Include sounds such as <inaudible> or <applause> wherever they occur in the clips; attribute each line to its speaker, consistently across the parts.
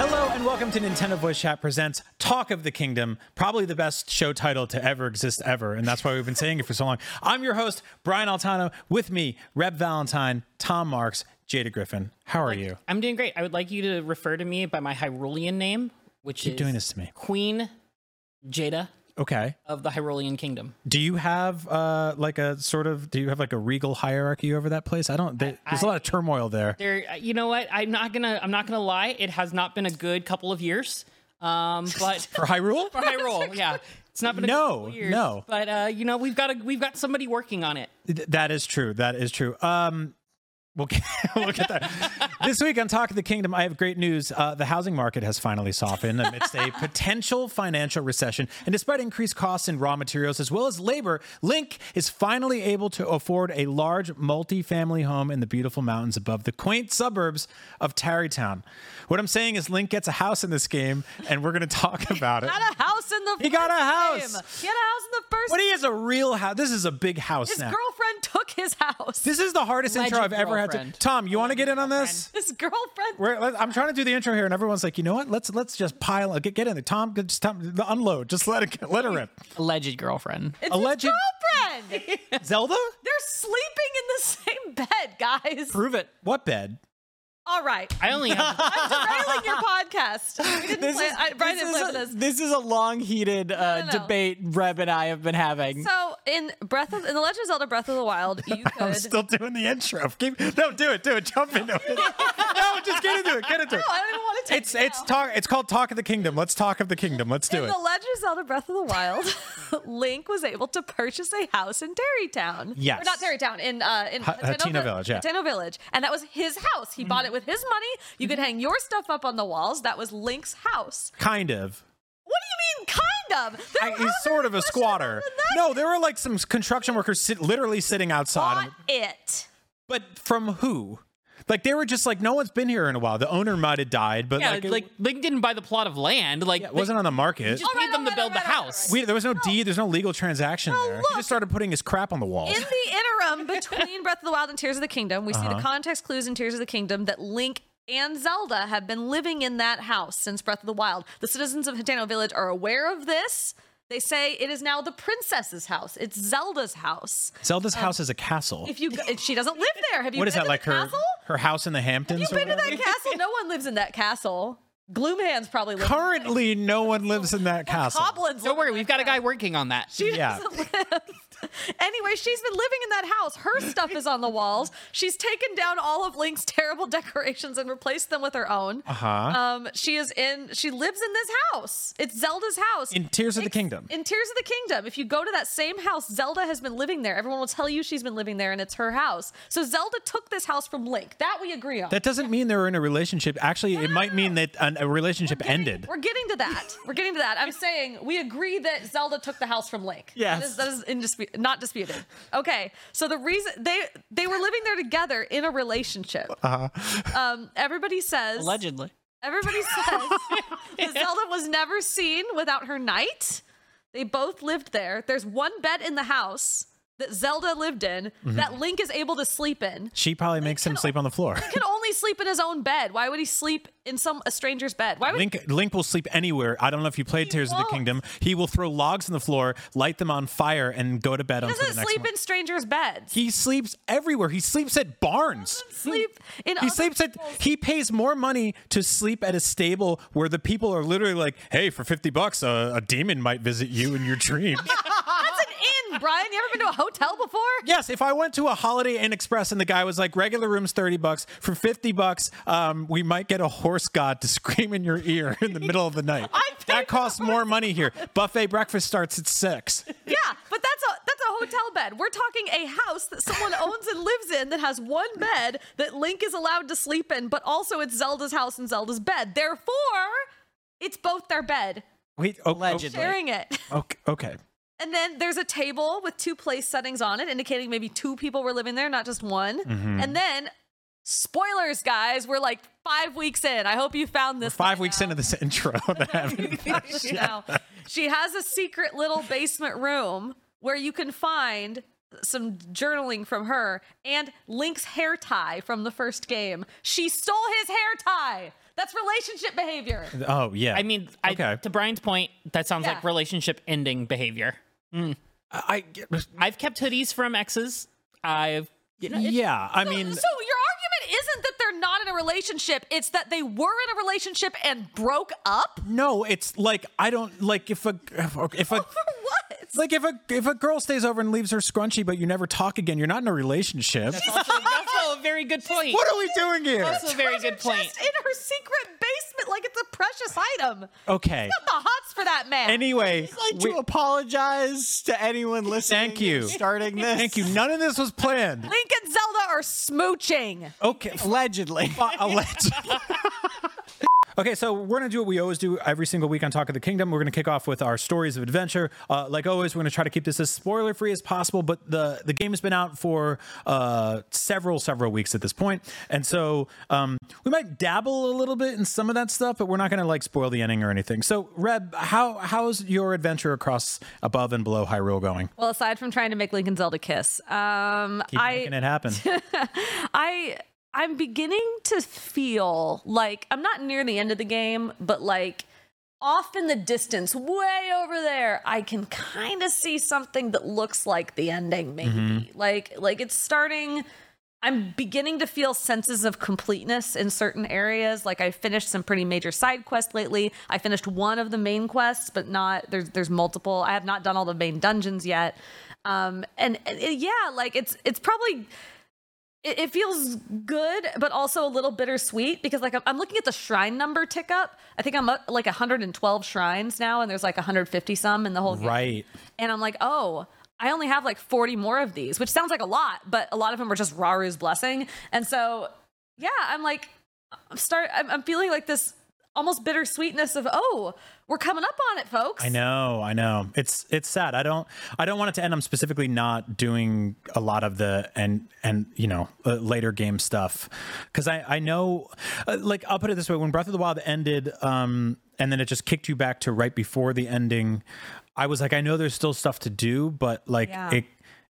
Speaker 1: Hello and welcome to Nintendo Voice Chat presents Talk of the Kingdom, probably the best show title to ever exist ever, and that's why we've been saying it for so long. I'm your host Brian Altano. With me, Reb Valentine, Tom Marks, Jada Griffin. How are you?
Speaker 2: I'm doing great. I would like you to refer to me by my Hyrulean name, which
Speaker 1: Keep
Speaker 2: is
Speaker 1: doing this to me.
Speaker 2: Queen Jada
Speaker 1: Okay.
Speaker 2: of the Hyrulean Kingdom.
Speaker 1: Do you have uh like a sort of do you have like a regal hierarchy over that place? I don't. There, there's a lot of turmoil there.
Speaker 2: There, you know what? I'm not gonna. I'm not gonna lie. It has not been a good couple of years.
Speaker 1: <laughs>
Speaker 2: Um, but
Speaker 1: For Hyrule? <laughs>
Speaker 2: for Hyrule, yeah, it's not been a good
Speaker 1: No,
Speaker 2: couple of years.
Speaker 1: no.
Speaker 2: But uh, you know, we've got a we've got somebody working on it.
Speaker 1: Th- That is true. That is true. Um, we'll get, <laughs> we'll get that. this week on Talk of the Kingdom, I have great news. Uh, the housing market has finally softened amidst a potential financial recession. And despite increased costs in raw materials as well as labor, Link is finally able to afford a large multi-family home in the beautiful mountains above the quaint suburbs of Tarrytown. What I'm saying is Link gets a house in this game, and we're going to talk
Speaker 3: <laughs>
Speaker 1: about it.
Speaker 3: got a house in the
Speaker 1: He got a
Speaker 3: first
Speaker 1: house.
Speaker 3: game. He had a house in the first
Speaker 1: But he has a real house. This is a big house
Speaker 3: His
Speaker 1: now.
Speaker 3: girlfriend took his house.
Speaker 1: This is the hardest intro I've
Speaker 2: Legend
Speaker 1: ever had to.
Speaker 2: girlfriend.
Speaker 1: Tom, you want to get in on this?
Speaker 3: His girlfriend
Speaker 1: We're, let- I'm trying to do the intro here, and everyone's like, you know what? Let's let's just pile get, get in there. Tom, just Tom, unload. Just let it let her
Speaker 4: <laughs>
Speaker 1: rip.
Speaker 2: Alleged girlfriend.
Speaker 3: it's
Speaker 1: alleged-
Speaker 3: his girlfriend. They're
Speaker 1: Zelda,
Speaker 3: sleeping in the same bed, guys.
Speaker 1: prove it. What bed?
Speaker 3: All right.
Speaker 2: I only have
Speaker 1: <laughs>
Speaker 3: I'm derailing your podcast. We didn't
Speaker 4: This
Speaker 3: plan,
Speaker 4: is,
Speaker 3: I, Brian
Speaker 4: this,
Speaker 3: didn't
Speaker 4: is
Speaker 3: plan
Speaker 1: <laughs>
Speaker 4: a,
Speaker 3: this.
Speaker 4: this is a long heated
Speaker 3: no,
Speaker 4: uh,
Speaker 3: no.
Speaker 4: debate Reb and I have been having.
Speaker 3: So in Breath of in the Legend of Zelda Breath of the Wild, you
Speaker 1: <laughs> I'm
Speaker 3: could
Speaker 1: still doing the intro. Keep, no, do it, do it. Jump into it.
Speaker 3: <laughs>
Speaker 1: No, just get into it. Get into it.
Speaker 3: I don't even want to take
Speaker 1: It's it's talk. It's called Talk of the Kingdom. Let's talk of the kingdom. Let's do
Speaker 3: In
Speaker 1: it.
Speaker 3: The Legend of Zelda Breath of the Wild, <laughs> Link was able to purchase a house in Terrytown.
Speaker 1: Yes.
Speaker 3: Or not Terrytown, in uh in
Speaker 1: Ha-
Speaker 3: Hateno
Speaker 1: Hateno
Speaker 3: Vi-
Speaker 1: Village, yeah. Mm-hmm.
Speaker 3: Hateno Village. And that was his house. He bought it with his money. You could hang your stuff up on the walls. That was Link's house.
Speaker 1: Kind of.
Speaker 3: What do you mean kind of? There
Speaker 1: I,
Speaker 3: were
Speaker 1: he's
Speaker 3: other
Speaker 1: sort of a
Speaker 3: people
Speaker 1: squatter.
Speaker 3: that
Speaker 1: No, there were like some construction workers sit, literally sitting outside.
Speaker 3: Bought it.
Speaker 1: But from who? Like they were just like no one's been here in a while. The owner might have died, but
Speaker 2: yeah,
Speaker 1: like,
Speaker 2: like,
Speaker 1: it,
Speaker 2: Link didn't buy the plot of land. Like
Speaker 1: it wasn't on the market.
Speaker 2: They just
Speaker 3: All right,
Speaker 2: paid them
Speaker 3: all
Speaker 2: to
Speaker 3: right,
Speaker 2: build the
Speaker 3: all right, all right,
Speaker 2: house.
Speaker 1: We, there was Oh, no deed. There's no legal transaction there. he
Speaker 3: look.
Speaker 1: just started putting his crap on the wall.
Speaker 3: In the interim between Breath of the Wild and Tears of the Kingdom, we
Speaker 1: Uh-huh.
Speaker 3: see the context clues in Tears of the Kingdom that Link and Zelda have been living in that house since Breath of the Wild. The citizens of Hitano Village are aware of this. They say it is now the princess's house. It's Zelda's house.
Speaker 1: Zelda's house is a castle.
Speaker 3: If you, if she doesn't live there. Have you?
Speaker 1: What
Speaker 3: been
Speaker 1: is that
Speaker 3: to
Speaker 1: like?
Speaker 3: the
Speaker 1: Her
Speaker 3: castle?
Speaker 1: her house in the Hamptons.
Speaker 3: You've
Speaker 1: or
Speaker 3: been to
Speaker 1: whatever?
Speaker 3: that castle. No one lives in that castle. Gloomhand's probably living.
Speaker 1: Currently, no one lives in
Speaker 3: <laughs>
Speaker 1: that castle.
Speaker 3: Goblins.
Speaker 2: Don't
Speaker 3: live
Speaker 2: worry,
Speaker 3: in
Speaker 2: we've
Speaker 3: that
Speaker 2: got a guy working on that.
Speaker 1: yeah,
Speaker 3: Anyway, she's been living in that house. Her stuff is on the walls. She's taken down all of Link's terrible <laughs> decorations and replaced them with her own. Uh
Speaker 1: Uh-huh.
Speaker 3: huh. Um, she is in. She lives in this house. It's Zelda's house.
Speaker 1: in Tears of the Kingdom.
Speaker 3: in Tears of the Kingdom, if you go to that same house, Zelda has been living there. Everyone will tell you she's been living there, and it's her house. So Zelda took this house from Link. That we agree on.
Speaker 1: That doesn't mean they were in a relationship. Actually, it might
Speaker 3: <laughs>
Speaker 1: mean that an, a relationship ended.
Speaker 3: We're getting to that. We're getting to that. I'm saying we agree that Zelda took the house from Link.
Speaker 4: Yes.
Speaker 3: that is, that is indispu- not disputed. Okay, so the reason they they were living there together in a relationship. Uh-huh. Um, everybody says
Speaker 4: Allegedly.
Speaker 3: Everybody says that Zelda was never seen without her knight. They both lived there. There's one bed in the house that Zelda lived in that Link is able to sleep in.
Speaker 1: She probably makes
Speaker 3: <laughs>
Speaker 1: him sleep on the floor.
Speaker 3: He can only sleep in his own bed. Why would he sleep in some a stranger's bed? Why would
Speaker 1: Link Link will sleep anywhere. I don't know if you played Tears of
Speaker 3: won't.
Speaker 1: the Kingdom. He will throw logs on the floor, light them on fire, and go to bed until
Speaker 3: he
Speaker 1: the
Speaker 3: doesn't
Speaker 1: next
Speaker 3: sleep
Speaker 1: morning.
Speaker 3: in strangers' beds?
Speaker 1: He sleeps everywhere. He sleeps at barns.
Speaker 3: sleep in
Speaker 1: He
Speaker 3: other
Speaker 1: sleeps at.
Speaker 3: people's-
Speaker 1: He pays more money to sleep at a stable where the people are literally like, "Hey, for fifty bucks, a, a demon might visit you in your dreams."
Speaker 3: That's an inn, Brian. You ever been to a hotel before?
Speaker 1: Yes, if I went to a Holiday Inn Express and the guy was like, regular room's 30 bucks, for 50 bucks, um, we might get a horse god to <laughs> scream in your ear in the middle of the
Speaker 3: <laughs>
Speaker 1: night. that costs more money here. Buffet breakfast starts at 6.
Speaker 3: Yeah, but that's a that's a hotel bed. We're talking a house that someone owns and lives in that has one bed that Link is allowed to sleep in, but also it's Zelda's house and Zelda's bed. Therefore, it's both their bed,
Speaker 1: Wait, oh,
Speaker 4: Allegedly.
Speaker 3: sharing it.
Speaker 1: oh, okay, okay.
Speaker 3: And then there's a table with two place settings on it, indicating maybe two people were living there, not just one.
Speaker 1: Mm-hmm.
Speaker 3: And then, spoilers, guys, we're like five weeks in. I hope you found this.
Speaker 1: Five
Speaker 3: by
Speaker 1: weeks
Speaker 3: now.
Speaker 1: into this <laughs> intro that I
Speaker 2: <laughs>
Speaker 1: haven't-
Speaker 3: <laughs> now, she has a secret little basement room where you can find some journaling from her and Link's hair tie from the first game. She stole his hair tie. That's relationship behavior.
Speaker 1: Oh, yeah.
Speaker 2: I mean, I,
Speaker 1: Okay.
Speaker 2: to Brian's point, that sounds
Speaker 3: Yeah.
Speaker 2: like relationship ending behavior.
Speaker 1: I,
Speaker 2: I've kept hoodies from exes.
Speaker 3: <laughs>
Speaker 2: I've
Speaker 1: yeah, I mean,
Speaker 3: so your argument isn't that they're not in a relationship, it's that they were in a relationship and broke up?
Speaker 1: no, it's like, I don't, like, if a, if a,
Speaker 3: <laughs> For what?
Speaker 1: like if a if a girl stays over and leaves her scrunchie, but you never talk again, you're not in a relationship.
Speaker 2: also, that's a very good point.
Speaker 1: <laughs> What are we doing here?
Speaker 2: That's a very good point.
Speaker 3: Just in her secret basement like it's a precious item.
Speaker 1: Okay.
Speaker 3: The hots for that man.
Speaker 1: Anyway,
Speaker 4: I'd like
Speaker 1: we-
Speaker 4: to apologize to anyone listening.
Speaker 1: Thank you.
Speaker 4: and Starting this.
Speaker 1: Thank you. None of this was planned.
Speaker 3: Link and Zelda are smooching.
Speaker 1: Okay.
Speaker 4: <laughs>
Speaker 1: f-
Speaker 4: Allegedly.
Speaker 1: allegedly. <laughs> Okay, so we're gonna do what we always do every single week on Talk of the Kingdom. We're gonna kick off with our stories of adventure. Uh, like always, we're gonna try to keep this as spoiler free as possible. But the the game has been out for uh, several several weeks at this point, and so um, we might dabble a little bit in some of that stuff, but we're not gonna like spoil the ending or anything. So, Reb, how how's your adventure across above and below Hyrule going?
Speaker 3: Well, aside from trying to make Link and Zelda kiss, um,
Speaker 1: Keep
Speaker 3: I,
Speaker 1: making it happen.
Speaker 3: <laughs> I, I'm beginning to feel like I'm not near the end of the game, but like off in the distance, way over there, I can
Speaker 1: Mm-hmm.
Speaker 3: kind of see something that looks like the ending, maybe. Like, like it's starting I'm beginning to feel senses of completeness in certain areas. Like I finished some pretty major side quests lately. I finished one of the main quests, but not there's there's multiple. I have not done all the main dungeons yet. Um, and, and it- yeah, like it's it's probably it, it feels good, but also a little bittersweet because like I'm, I'm looking at the shrine number tick up. I think I'm up like 112 shrines now, and there's like 150 some in the whole game.
Speaker 1: Right.
Speaker 3: And I'm like, oh, I only have like 40 more of these, which sounds like a lot, but a lot of them are just Raru's blessing. And so, yeah, I'm like, I'm start. I'm, I'm feeling like this almost bittersweetness of, oh, we're coming up on it, folks.
Speaker 1: I know, I know. It's it's sad. I don't I don't want it to end. I'm specifically not doing a lot of the and and you know uh, later game stuff because I I know uh, like I'll put it this way: when Breath of the Wild ended, um, and then it just kicked you back to right before the ending. I was like, I know there's still stuff to do, but like
Speaker 3: Yeah.
Speaker 1: it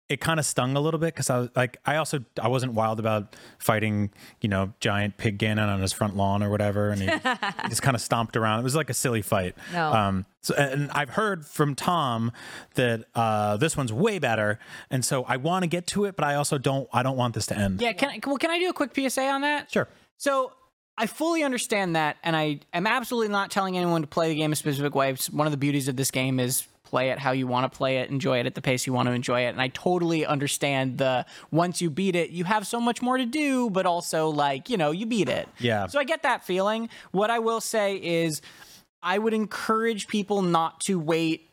Speaker 1: it kind of stung a little bit because I was like, I also I wasn't wild about fighting, you know, giant pig Ganon on his front lawn or whatever,
Speaker 3: <laughs>
Speaker 1: and he he just kind of stomped around. It was like a silly fight.
Speaker 3: No.
Speaker 1: Um. So and I've heard from Tom that uh this one's way better, and so I want to get to it, but I also don't I don't want this to end.
Speaker 4: Yeah, can I, well, can I do a quick PSA on that?
Speaker 1: Sure.
Speaker 4: So I fully understand that, and I am absolutely not telling anyone to play the game a specific way. It's one of the beauties of this game is play it how you want to play it, enjoy it at the pace you want to enjoy it. And I totally understand the once you beat it, you have so much more to do, but also like you know you beat it.
Speaker 1: Yeah.
Speaker 4: So I get that feeling. What I will say is, I would encourage people not to wait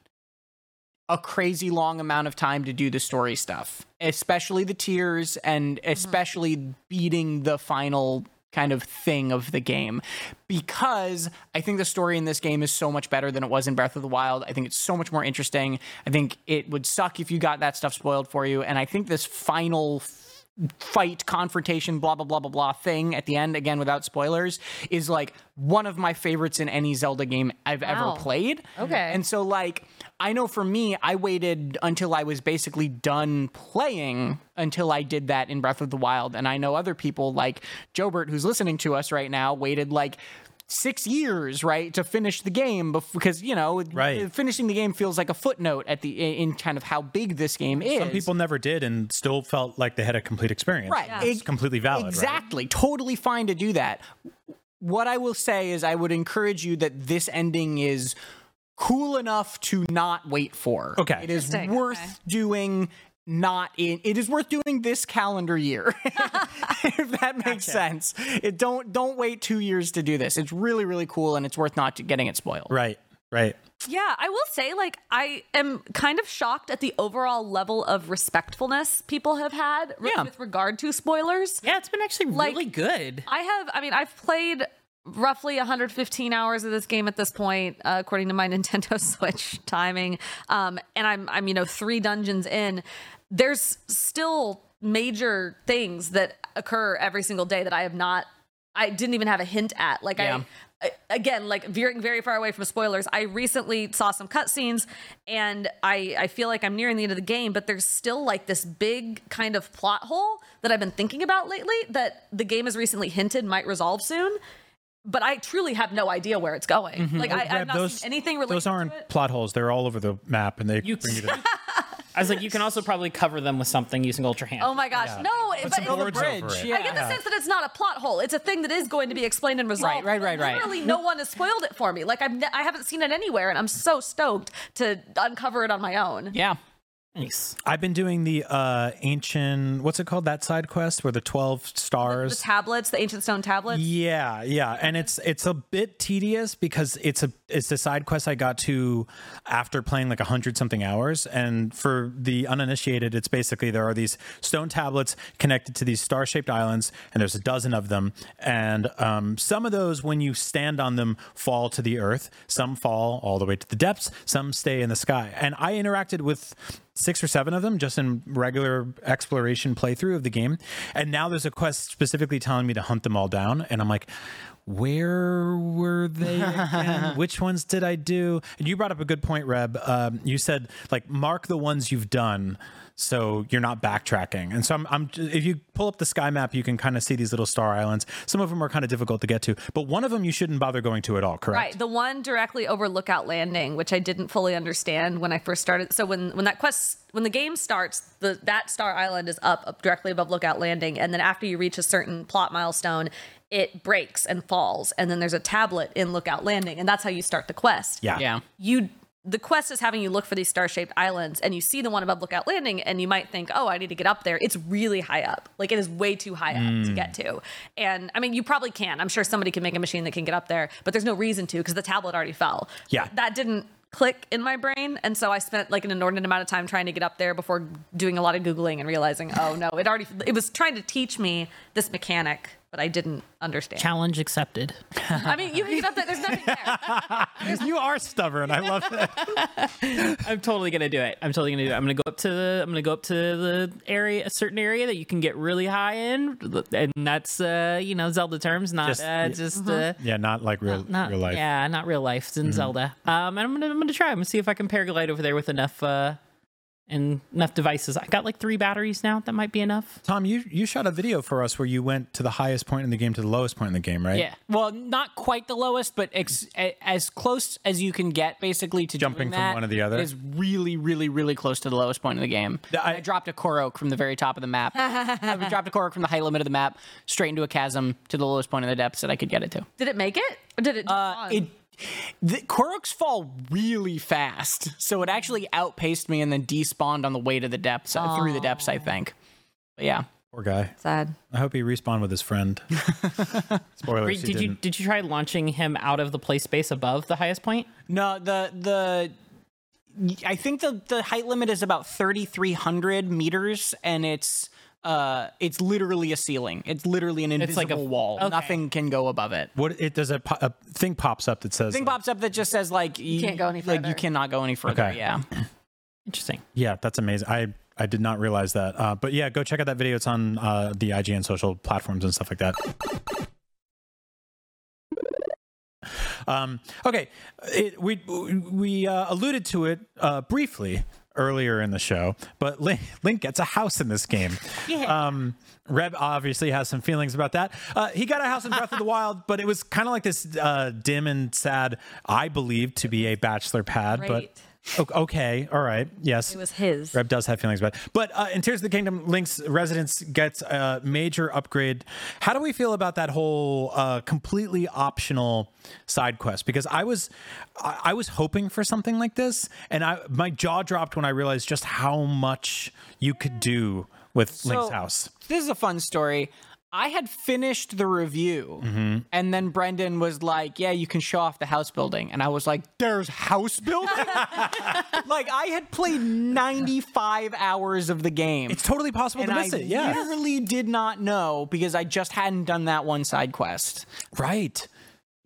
Speaker 4: a crazy long amount of time to do the story stuff, especially the tiers and
Speaker 3: Mm-hmm.
Speaker 4: especially beating the final kind of thing of the game because I think the story in this game is so much better than it was in Breath of the Wild. I think it's so much more interesting. I think it would suck if you got that stuff spoiled for you and I think this final f- fight confrontation blah blah blah blah blah thing at the end again without spoilers is like one of my favorites in any Zelda game I've
Speaker 3: Wow.
Speaker 4: ever played.
Speaker 3: Okay.
Speaker 4: And so like I know for me, I waited until I was basically done playing until I did that in Breath of the Wild. And I know other people like Jobert, who's listening to us right now, waited like six years, right, to finish the game bef- because, you know,
Speaker 1: Right.
Speaker 4: finishing the game feels like a footnote at the in kind of how big this game is.
Speaker 1: Some people never did and still felt like they had a complete experience.
Speaker 4: Right. Yeah.
Speaker 1: It's completely valid. Right?
Speaker 4: Exactly. Totally fine to do that. What I will say is, I would encourage you that this ending is cool enough to not wait for.
Speaker 1: Okay.
Speaker 4: It is
Speaker 3: Interesting,
Speaker 4: worth
Speaker 3: okay.
Speaker 4: doing. Not in. It is worth doing this calendar year, <laughs> if that makes sense. It don't don't wait two years to do this. It's really really cool, and it's worth not getting it spoiled.
Speaker 1: Right. Right.
Speaker 3: Yeah, I will say, like, I am kind of shocked at the overall level of respectfulness people have had re-
Speaker 4: Yeah.
Speaker 3: with regard to spoilers.
Speaker 2: Yeah, it's been actually
Speaker 3: Like-
Speaker 2: really good.
Speaker 3: I have, I mean, I've played roughly 115 hours of this game at this point, uh, according to my <laughs> Nintendo Switch timing. Um, and I'm, I'm, you know, three dungeons in. There's still major things that occur every single day that I have not, I didn't even have a hint at. Like,
Speaker 4: Yeah.
Speaker 3: I, I- again like veering very far away from spoilers i recently saw some cutscenes and i i feel like i'm nearing the end of the game but there's still like this big kind of plot hole that i've been thinking about lately that the game has recently hinted might resolve soon but i truly have no idea where it's going like I,
Speaker 1: Grab
Speaker 3: i've not seen anything related
Speaker 1: Mm-hmm. those aren't
Speaker 3: to it
Speaker 1: plot holes. They're all over the map, and they
Speaker 2: You-
Speaker 1: bring you
Speaker 3: <laughs>
Speaker 1: to.
Speaker 2: I was like, you can also probably cover them with something using Ultra Hand.
Speaker 3: oh my gosh no it- but
Speaker 1: some
Speaker 3: it's,
Speaker 1: boards over it.
Speaker 3: I get the sense that it's not a plot hole. It's a thing that is going to be explained and resolved.
Speaker 4: Right, right, right, right.
Speaker 3: Literally, no one has spoiled it for me. Like I've, ne- I haven't seen it anywhere, and I'm so stoked to uncover it on my own.
Speaker 4: Yeah.
Speaker 2: Nice.
Speaker 1: I've been doing the uh ancient. What's it called? That side quest where the twelve
Speaker 3: the
Speaker 1: stars.
Speaker 3: tablets, the ancient stone tablets.
Speaker 1: Yeah, yeah, and it's it's a bit tedious because it's a it's the side quest I got to after playing like a hundred something hours, and for the uninitiated, it's basically there are these stone tablets connected to these star shaped islands, and there's a dozen of them, and um, some of those when you stand on them fall to the earth, some fall all the way to the depths, some stay in the sky, and I interacted with six or seven of them just in regular exploration playthrough of the game. And now there's a quest specifically telling me to hunt them all down. And I'm like, where were they? <laughs> again? Which ones did I do? And you brought up a good point, Reb. Um, you said, like, mark the ones you've done so you're not backtracking. And so I'm, I'm if you pull up the sky map, you can kind of see these little star islands. Some of them are kind of difficult to get to, but one of them you shouldn't bother going to at all. Correct?
Speaker 3: Right, the one directly over Lookout Landing, which I didn't fully understand when I first started. So when when that quest when the game starts, the that Star Island is up, up directly above Lookout Landing, and then after you reach a certain plot milestone, it breaks and falls, and then there's a tablet in Lookout Landing, and that's how you start the quest.
Speaker 1: Yeah.
Speaker 4: Yeah.
Speaker 3: you the quest is having you look for these star-shaped islands and you see the one above lookout landing and you might think oh i need to get up there it's really high up like it is way too high up to
Speaker 4: Mm.
Speaker 3: get to and i mean you probably can i'm sure somebody can make a machine that can get up there but there's no reason to because the tablet already fell
Speaker 1: Yeah.
Speaker 3: that didn't click in my brain and so i spent like an inordinate amount of time trying to get up there before doing a lot of googling and realizing
Speaker 4: <laughs>
Speaker 3: oh no it already it was trying to teach me this mechanic but i didn't understand
Speaker 2: Challenge accepted.
Speaker 3: i mean you can get up there there's nothing
Speaker 4: <laughs>
Speaker 3: there
Speaker 1: <laughs> You are stubborn. I love that.
Speaker 2: I'm totally gonna do it. I'm totally gonna do it. I'm gonna go up to the. I'm gonna go up to the area, a certain area that you can get really high in, and that's uh, you know Zelda terms, not
Speaker 1: Just-
Speaker 2: just
Speaker 1: yeah.
Speaker 2: uh, just
Speaker 3: Mm-hmm.
Speaker 2: uh,
Speaker 1: <laughs> Yeah, not like real
Speaker 2: not
Speaker 1: real life. Mm-hmm.
Speaker 2: yeah, not real life. It's in Zelda. Um, and I'm gonna I'm gonna try. I'm gonna see if I can paraglide over there with enough uh, and enough devices. I got like three batteries now. That might be enough.
Speaker 1: Tom, you you shot a video for us where you went to the highest point in the game to the lowest point in the game, right?
Speaker 4: Yeah. Well, not quite the lowest, but ex- a- as close as you can get, basically, to
Speaker 1: Jumping
Speaker 4: doing
Speaker 1: from
Speaker 4: that
Speaker 1: one to the other.
Speaker 4: is really, really, really close to the lowest point of the game.
Speaker 1: I-
Speaker 4: I, dropped a Korok from the very top of the map. I dropped a Korok from the high limit of the map straight into a chasm to the lowest point of the depths that I could get it to.
Speaker 3: did it make it or did it
Speaker 4: Uh, it the Koroks fall really fast, so it actually outpaced me and then despawned on the way to the depths uh, through the depths. I think. But yeah.
Speaker 1: Poor guy.
Speaker 3: sad
Speaker 1: I hope he respawned with his friend. Spoilers.
Speaker 2: Wait,
Speaker 1: he
Speaker 2: did you
Speaker 1: didn't.
Speaker 2: did you try launching him out of the play space above the highest point?
Speaker 4: No, the the I think the the height limit is about 3300 meters and it's uh it's literally a ceiling. It's literally an invisible
Speaker 2: like a-
Speaker 4: wall.
Speaker 2: okay.
Speaker 4: Nothing can go above it.
Speaker 1: What it does a, po- a thing pops up that says
Speaker 4: Thing pops up that just says like you,
Speaker 3: can't go any
Speaker 4: Like
Speaker 3: further.
Speaker 4: you cannot go any further.
Speaker 1: Okay.
Speaker 4: Yeah.
Speaker 2: Interesting.
Speaker 1: Yeah, that's amazing. I I did not realize that. Uh, but yeah, go check out that video. It's on uh, the IGN social platforms and stuff like that. Um, okay, it, we we uh, alluded to it uh, briefly earlier in the show, but Link, Link gets a house in this game. Um, Reb obviously has some feelings about that. Uh, he got a house in Breath of the Wild, but it was kind of like this uh, dim and sad. I believe to be a bachelor pad,
Speaker 3: Right.
Speaker 1: but o- okay, all right, yes,
Speaker 3: it was his
Speaker 1: Reb does have feelings about it. But uh, in Tears of the Kingdom, Link's residence gets a major upgrade. How do we feel about that whole uh, completely optional side quest? Because I was, I, I was hoping for something like this, and I my jaw dropped when I realized just how much you could do with Link's
Speaker 4: So,
Speaker 1: house.
Speaker 4: This is a fun story. I had finished the review
Speaker 1: Mm-hmm.
Speaker 4: and then Brendan was like, "Yeah, you can show off the house building." And I was like, "There's house building?" like I had played 95 hours of the game.
Speaker 1: It's totally possible
Speaker 4: and
Speaker 1: to
Speaker 4: I
Speaker 1: miss it. Yeah,
Speaker 4: literally did not know because I just hadn't done that one side quest.
Speaker 1: right.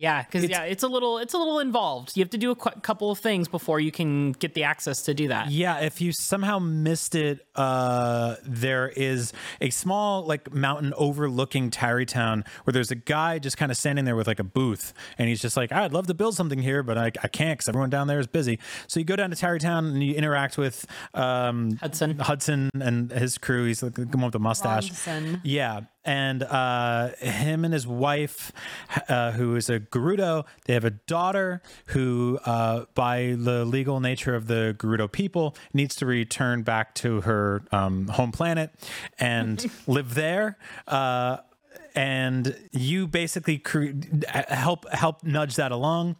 Speaker 2: Yeah, because yeah, it's a little it's a little involved. You have to do a qu- couple of things before you can get the access to do that.
Speaker 1: Yeah, if you somehow missed it, uh, there is a small like mountain overlooking Tarrytown where there's a guy just kind of standing there with like a booth, and he's just like, "I'd love to build something here, but I, I can't because everyone down there is busy." So you go down to Tarrytown and you interact with um,
Speaker 2: Hudson.
Speaker 1: Hudson and his crew. He's like the one with the mustache.
Speaker 3: Ronson.
Speaker 1: Yeah. And uh, him and his wife, uh, who is a Gerudo, they have a daughter who, uh, by the legal nature of the Gerudo people, needs to return back to her um, home planet and live there. Uh, and you basically cre- help help nudge that along,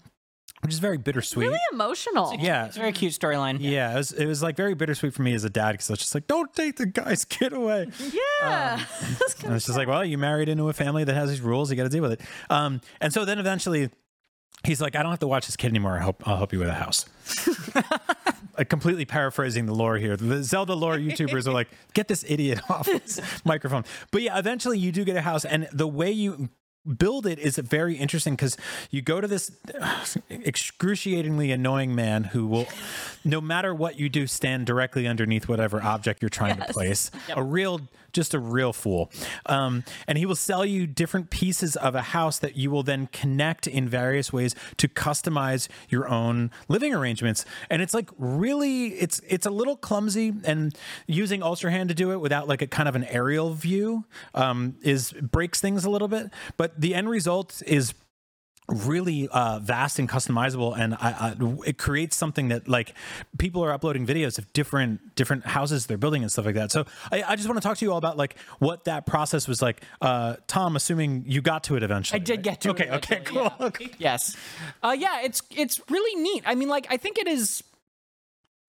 Speaker 1: which is very bittersweet.
Speaker 3: really emotional.
Speaker 1: Yeah,
Speaker 4: It's a very cute storyline.
Speaker 1: yeah, it was, it was like very bittersweet for me as a dad because I was just like, don't take the guy's kid away. And
Speaker 3: Yeah. <laughs> That's kind
Speaker 1: it's just like, well, you married into a family that has these rules, you got to deal with it. Um, and so then eventually, he's like, I don't have to watch this kid anymore. I'll help, I'll help you with a house. Uh, completely paraphrasing the lore here. The Zelda lore YouTubers are like, get this idiot off this microphone. But yeah, eventually you do get a house, and the way you build it is very interesting because you go to this excruciatingly annoying man who will, no matter what you do, stand directly underneath whatever object you're trying to place. A real, just a real fool. Um, and he will sell you different pieces of a house that you will then connect in various ways to customize your own living arrangements. And it's like really, it's it's a little clumsy. And using Ulster Hand to do it without like a kind of an aerial view um, is breaks things a little bit. But the end result is really uh, vast and customizable and I, I, it creates something that like people are uploading videos of different different houses they're building and stuff like that so i, I just want to talk to you all about like what that process was like uh, tom assuming you got to it eventually
Speaker 4: I did
Speaker 1: right?
Speaker 4: get to. it
Speaker 1: okay okay
Speaker 4: eventually,
Speaker 1: cool
Speaker 4: yeah. yes. Uh, yeah, it's it's really neat. I mean, like I think it is.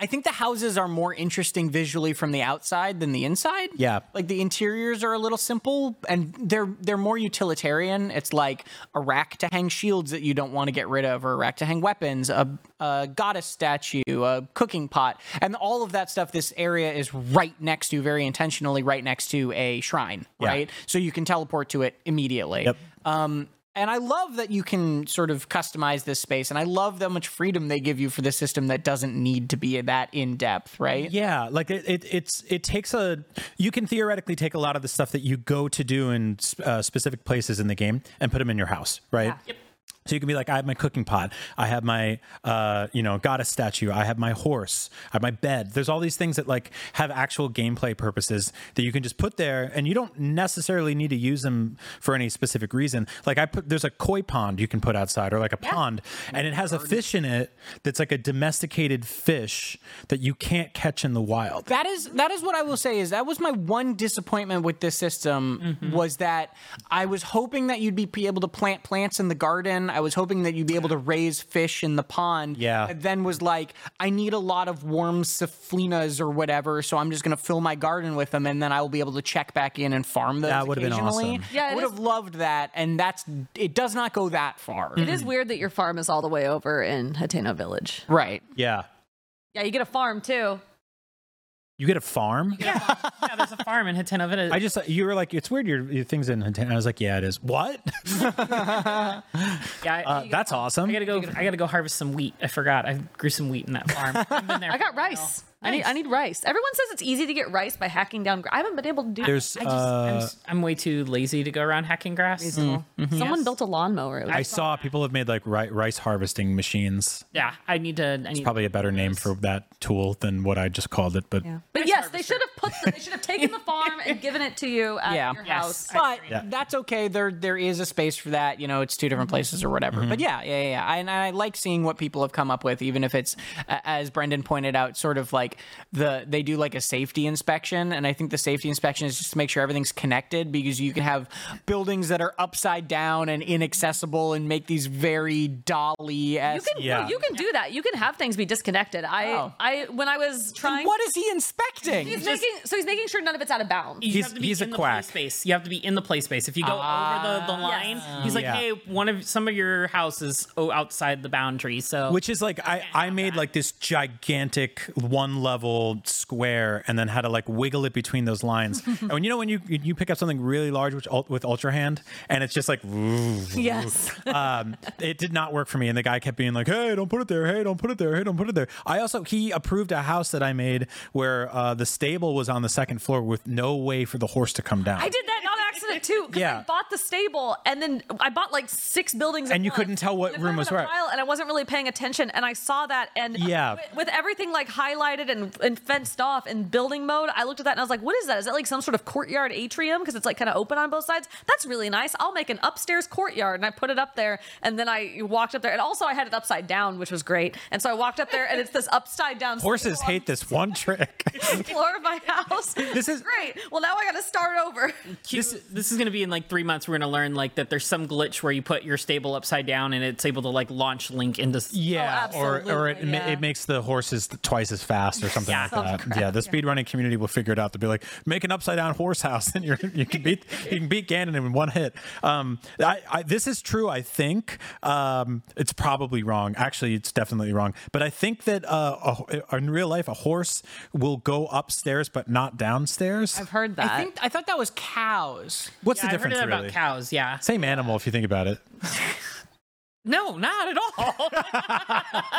Speaker 4: I think the houses are more interesting visually from the outside than the inside.
Speaker 1: Yeah.
Speaker 4: Like the interiors are a little simple and they're they're more utilitarian. It's like a rack to hang shields that you don't want to get rid of or a rack to hang weapons, a, a goddess statue, a cooking pot, and all of that stuff this area is right next to very intentionally right next to a shrine, right? So you can teleport to it immediately.
Speaker 1: Yep.
Speaker 4: Um, and I love that you can sort of customize this space, and I love how much freedom they give you for the system that doesn't need to be that in depth, right?
Speaker 1: Yeah, like it, it it's it takes a you can theoretically take a lot of the stuff that you go to do in sp- uh, specific places in the game and put them in your house, right? Yep. So you can be like, I have my cooking pot, I have my uh, you know goddess statue, I have my horse, I have my bed. There's all these things that like have actual gameplay purposes that you can just put there, and you don't necessarily need to use them for any specific reason. Like I put there's a koi pond you can put outside, or like a pond, and it has a fish in it that's like a domesticated fish that you can't catch in the wild.
Speaker 4: That is that is what I will say is that was my one disappointment with this system
Speaker 1: Mm-hmm.
Speaker 4: was that I was hoping that you'd be be able to plant plants in the garden. I was hoping that you'd be able to raise fish in the pond.
Speaker 1: Yeah.
Speaker 4: And then was like, I need a lot of warm cephalinas or whatever, so I'm just gonna fill my garden with them and then I will be able to check back in and farm those.
Speaker 1: That would've been
Speaker 4: occasionally.
Speaker 1: awesome.
Speaker 3: Yeah,
Speaker 4: I
Speaker 3: it
Speaker 4: would
Speaker 3: is-
Speaker 4: have loved that, and that's it does not go that far.
Speaker 1: Mm-hmm. Mm.
Speaker 3: It is weird that your farm is all the way over in Hateno Village.
Speaker 4: Right.
Speaker 1: Yeah,
Speaker 3: Yeah, you get a farm too.
Speaker 1: you get a farm.
Speaker 2: yeah, there's a farm in Hateno Village.
Speaker 1: I just you were like, it's weird your, your things in. Nintendo. I was like, yeah, it is. What?
Speaker 2: yeah, <laughs> I-
Speaker 1: Uh, that's awesome.
Speaker 2: I gotta go. I gotta go harvest some wheat. I forgot. I grew some wheat in that farm. I've
Speaker 1: <laughs>
Speaker 2: been there.
Speaker 3: I got rice. I need I need rice. Everyone says it's easy to get rice by hacking down. Gra- I haven't been able to do. that.
Speaker 1: There's
Speaker 2: I just, I'm,
Speaker 1: uh,
Speaker 2: s- I'm way too lazy to go around hacking grass.
Speaker 3: Someone built a lawnmower. It was
Speaker 1: mm-hmm. I saw people have made like ri- rice harvesting machines.
Speaker 2: Yeah, I need to. I need
Speaker 1: Probably a better name for that tool than what I just called it, but
Speaker 3: But yes, they should have put. The, they should have taken the farm and given it to you at
Speaker 4: Yeah.
Speaker 3: your
Speaker 4: Yes.
Speaker 3: house.
Speaker 4: but
Speaker 1: Yeah.
Speaker 4: that's okay. There there is a space for that. You know, it's two different places or whatever. But yeah, yeah, yeah. yeah. I, and I like seeing what people have come up with, even if it's a- as Brendan pointed out, sort of like the they do like a safety inspection, and I think the safety inspection is just to make sure everything's connected because you can have buildings that are upside down and inaccessible and make these very dolly
Speaker 3: You
Speaker 4: as.
Speaker 3: can
Speaker 1: Yeah.
Speaker 3: you can do that. You can have things be disconnected. I
Speaker 4: Oh.
Speaker 3: I when I was trying.
Speaker 4: What is he inspecting?
Speaker 3: he's making? So he's making sure none of it's out of bounds.
Speaker 2: You
Speaker 1: He's-
Speaker 2: have to be
Speaker 1: he's a
Speaker 2: in the
Speaker 1: quack.
Speaker 2: Play space. You have to be in the play space. If you go over the, the line, he's like,
Speaker 1: Yeah.
Speaker 2: "Hey, one of some of your houses oh, outside the boundary." So
Speaker 1: which is like I, I made like this gigantic one level square and then had to like wiggle it between those lines. and when you know when you you pick up something really large which, ult- with Ultra Hand and it's just like
Speaker 3: Yes.
Speaker 1: um, it did not work for me. And the guy kept being like, hey, don't put it there. Hey, don't put it there. Hey, don't put it there. I also, he approved a house that I made where uh, the stable was on the second floor with no way for the horse to come down.
Speaker 3: I did that on accident too. Because
Speaker 1: Yeah.
Speaker 3: I bought the stable and then I bought like six buildings. at
Speaker 1: And you
Speaker 3: once.
Speaker 1: couldn't tell what
Speaker 3: And I put
Speaker 1: room
Speaker 3: them
Speaker 1: was
Speaker 3: in a
Speaker 1: where.
Speaker 3: pile, and I wasn't really paying attention. And I saw that and
Speaker 1: Yeah.
Speaker 3: with, with everything like highlighted and, and fenced off in building mode, I looked at that and I was like, what is that? Is that like some sort of courtyard atrium? Because it's like kind of open on both sides. That's really nice. I'll make an upstairs courtyard. And I put it up there and then I walked up there. And also I had it upside down, which was great. And so I walked up there and it's this upside down
Speaker 1: Horses
Speaker 3: stable on
Speaker 1: hate this one trick.
Speaker 3: the floor of my <laughs> house. This
Speaker 1: is-
Speaker 3: great. Well, now I got to start over.
Speaker 2: Q- this, is going to be in like three months. We're going to learn like that there's some glitch where you put your stable upside down and it's able to like launch Link into. s-
Speaker 1: yeah. or or it, ma-
Speaker 3: Oh, absolutely, yeah.
Speaker 1: it makes the horses twice as fast or something
Speaker 3: Yeah.
Speaker 1: like
Speaker 3: Some
Speaker 1: that.
Speaker 3: crap,
Speaker 1: yeah, the speedrunning community will figure it out. They'll be like, make an upside down horse house, <laughs> and you're, you can beat you can beat Ganon in one hit. Um, I, I, this is true. I think um, it's probably wrong. Actually, it's definitely wrong. But I think that uh, a, in real life, a horse will go upstairs but not downstairs.
Speaker 3: I've heard that.
Speaker 4: I think I thought that was cows.
Speaker 1: What's the
Speaker 2: I've heard
Speaker 1: difference,
Speaker 2: that
Speaker 1: really?
Speaker 2: about cows. Yeah.
Speaker 1: Same animal, if you think about it.
Speaker 2: No, not at
Speaker 1: <laughs>
Speaker 2: all.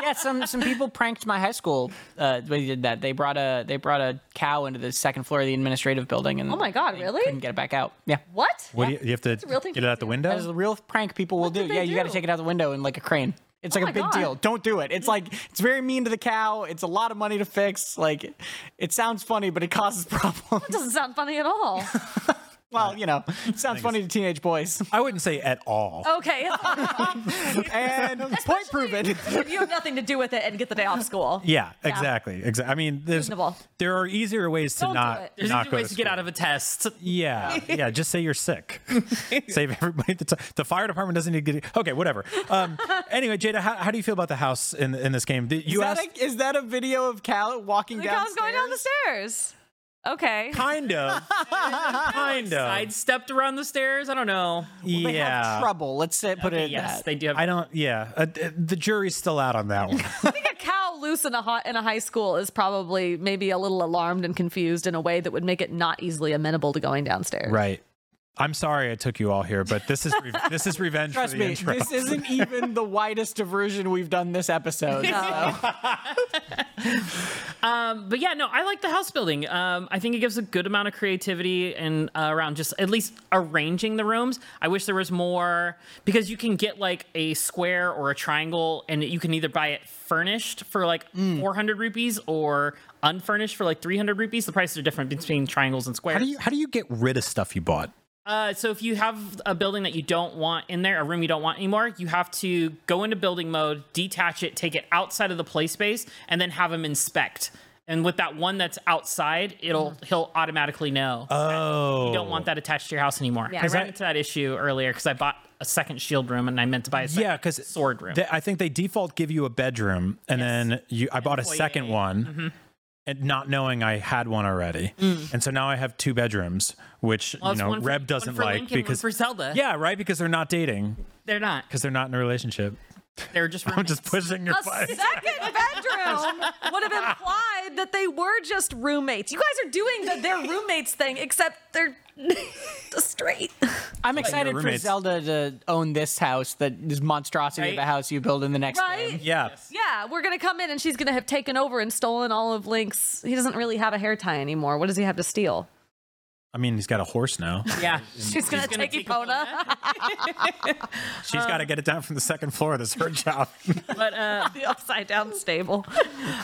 Speaker 4: yeah, some some people pranked my high school. Uh, they did that. They brought a they brought a cow into the second floor of the administrative building, and
Speaker 3: oh my god, really?
Speaker 4: couldn't get it back out. Yeah.
Speaker 3: What?
Speaker 1: What do you, you have to
Speaker 3: a real thing
Speaker 1: get it out the
Speaker 3: people
Speaker 4: That is
Speaker 1: window?
Speaker 4: a real prank people will do.
Speaker 3: did they
Speaker 4: Yeah, you got to
Speaker 3: do?
Speaker 4: take it out the window in like a crane. It's
Speaker 3: Oh
Speaker 4: like
Speaker 3: my
Speaker 4: a big
Speaker 3: God.
Speaker 4: deal. Don't do it. It's like it's very mean to the cow. It's a lot of money to fix. Like it sounds funny, but it causes <laughs> problems.
Speaker 3: Doesn't sound funny at all.
Speaker 4: well, you know, it sounds funny to teenage boys.
Speaker 1: I wouldn't say at all.
Speaker 3: <laughs> Okay.
Speaker 4: And point proven.
Speaker 3: if <laughs> you have nothing to do with it and get the day off school.
Speaker 1: Yeah, exactly. Exactly. I mean, there's
Speaker 3: Reasonable.
Speaker 1: there are easier ways to
Speaker 3: Don't do
Speaker 1: not
Speaker 3: it.
Speaker 2: There's
Speaker 1: not
Speaker 2: easy
Speaker 1: go
Speaker 2: ways to get
Speaker 1: school.
Speaker 2: out of a test. <laughs>
Speaker 1: Yeah, yeah. Just say you're sick. <laughs> Save everybody. The, t- the fire department doesn't need to get. Okay, whatever.
Speaker 4: <laughs>
Speaker 1: Um, anyway, Jada, how, how do you feel about the house in in this game? Did- You
Speaker 4: is,
Speaker 1: asked
Speaker 4: that a, <laughs> is that a video of Cal walking
Speaker 3: The
Speaker 4: down?
Speaker 3: cow's going down the stairs. Okay.
Speaker 1: kind of, kind of.
Speaker 2: <laughs> Sidestepped around the stairs. I don't know.
Speaker 4: They
Speaker 1: Yeah,
Speaker 4: have trouble. Let's say, put it
Speaker 2: Okay,
Speaker 4: in
Speaker 2: yes,
Speaker 4: that.
Speaker 2: they do have.
Speaker 1: I don't. Yeah, uh, d- the jury's still out on that
Speaker 4: <laughs>
Speaker 1: one.
Speaker 3: I think a cow loose in a hot, in a high school is probably maybe a little alarmed and confused in a way that would make it not easily amenable to going downstairs.
Speaker 1: right. I'm sorry I took you all here, but this is re- this is revenge
Speaker 4: Trust
Speaker 1: for the
Speaker 4: me,
Speaker 1: intro.
Speaker 4: this isn't even the widest diversion we've done this episode. so.
Speaker 2: Um, but yeah, no, I like the house building. Um, I think it gives a good amount of creativity and uh, around just at least arranging the rooms. I wish there was more because you can get like a square or a triangle, and you can either buy it furnished for like
Speaker 1: Mm.
Speaker 2: 400 rupees or unfurnished for like 300 rupees. The prices are different between triangles and squares.
Speaker 1: How do you how do you get rid of stuff you bought?
Speaker 2: Uh, so if you have a building that you don't want in there, a room you don't want anymore, you have to go into building mode, detach it, take it outside of the play space, and then have him inspect. And with that one that's outside, it'll he'll automatically know
Speaker 1: Mm. Oh,
Speaker 2: you don't want that attached to your house anymore. I
Speaker 3: Is
Speaker 2: ran
Speaker 1: that-
Speaker 2: into that issue earlier because I bought a second shield room and I meant to buy a second
Speaker 1: yeah, because
Speaker 2: sword room.
Speaker 1: I think they default give you a bedroom, and then you. I bought a
Speaker 2: foyer.
Speaker 1: second one,
Speaker 2: Mm-hmm.
Speaker 1: and not knowing I had one already, and so now I have two bedrooms, which you
Speaker 2: Well, it's
Speaker 1: know
Speaker 2: one for-
Speaker 1: Reb
Speaker 2: one
Speaker 1: doesn't
Speaker 2: for
Speaker 1: like
Speaker 2: Lincoln, one
Speaker 1: because
Speaker 2: for Zelda.
Speaker 1: yeah, right, because they're not dating
Speaker 2: They're not.
Speaker 1: because they're not in a relationship. <laughs>
Speaker 2: They're just
Speaker 1: I'm just pushing your
Speaker 3: A
Speaker 1: buttons.
Speaker 3: second bedroom would have implied that they were just roommates. You guys are doing the their roommates thing, except they're <laughs> straight.
Speaker 4: I'm excited for
Speaker 1: roommates.
Speaker 4: Zelda to own this house that this monstrosity of
Speaker 2: Right?
Speaker 4: a house you build in the next
Speaker 3: Right?
Speaker 4: game.
Speaker 1: Yeah,
Speaker 3: Yeah, we're gonna come in and she's gonna have taken over and stolen all of Link's. He doesn't really have a hair tie anymore. What does he have to steal?
Speaker 1: I mean he's got a horse now.
Speaker 2: yeah.
Speaker 3: She's gonna,
Speaker 2: gonna
Speaker 3: take
Speaker 2: take
Speaker 3: Epona. <laughs>
Speaker 1: She's got to get it down from the second floor. That's her job. <laughs>
Speaker 2: But uh,
Speaker 3: the
Speaker 2: <laughs>
Speaker 3: upside down stable.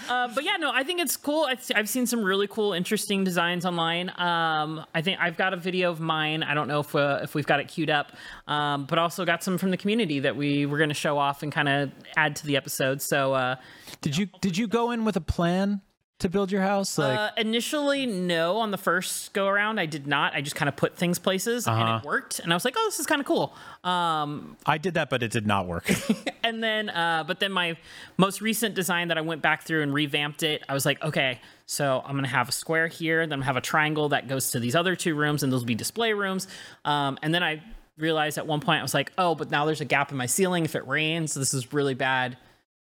Speaker 2: Uh, but yeah, no, I think it's cool. I've, I've seen some really cool, interesting designs online. Um, I think I've got a video of mine. I don't know if uh, if we've got it queued up, um, but also got some from the community that we were going to show off and kind of add to the episode. So uh,
Speaker 1: did you did you go in with a plan to build your house? Like
Speaker 2: uh, initially, no, on the first go around, I did not. I just kind of put things places,
Speaker 1: Uh-huh.
Speaker 2: and it worked. And I was like, oh, this is kind of cool. Um,
Speaker 1: I did that, but it did not work.
Speaker 2: and then uh, but then my most recent design that I went back through and revamped it, I was like, okay, so I'm gonna have a square here, then I'm gonna have a triangle that goes to these other two rooms, and those will be display rooms. Um, and then I realized at one point I was like, oh, but now there's a gap in my ceiling if it rains. This is really bad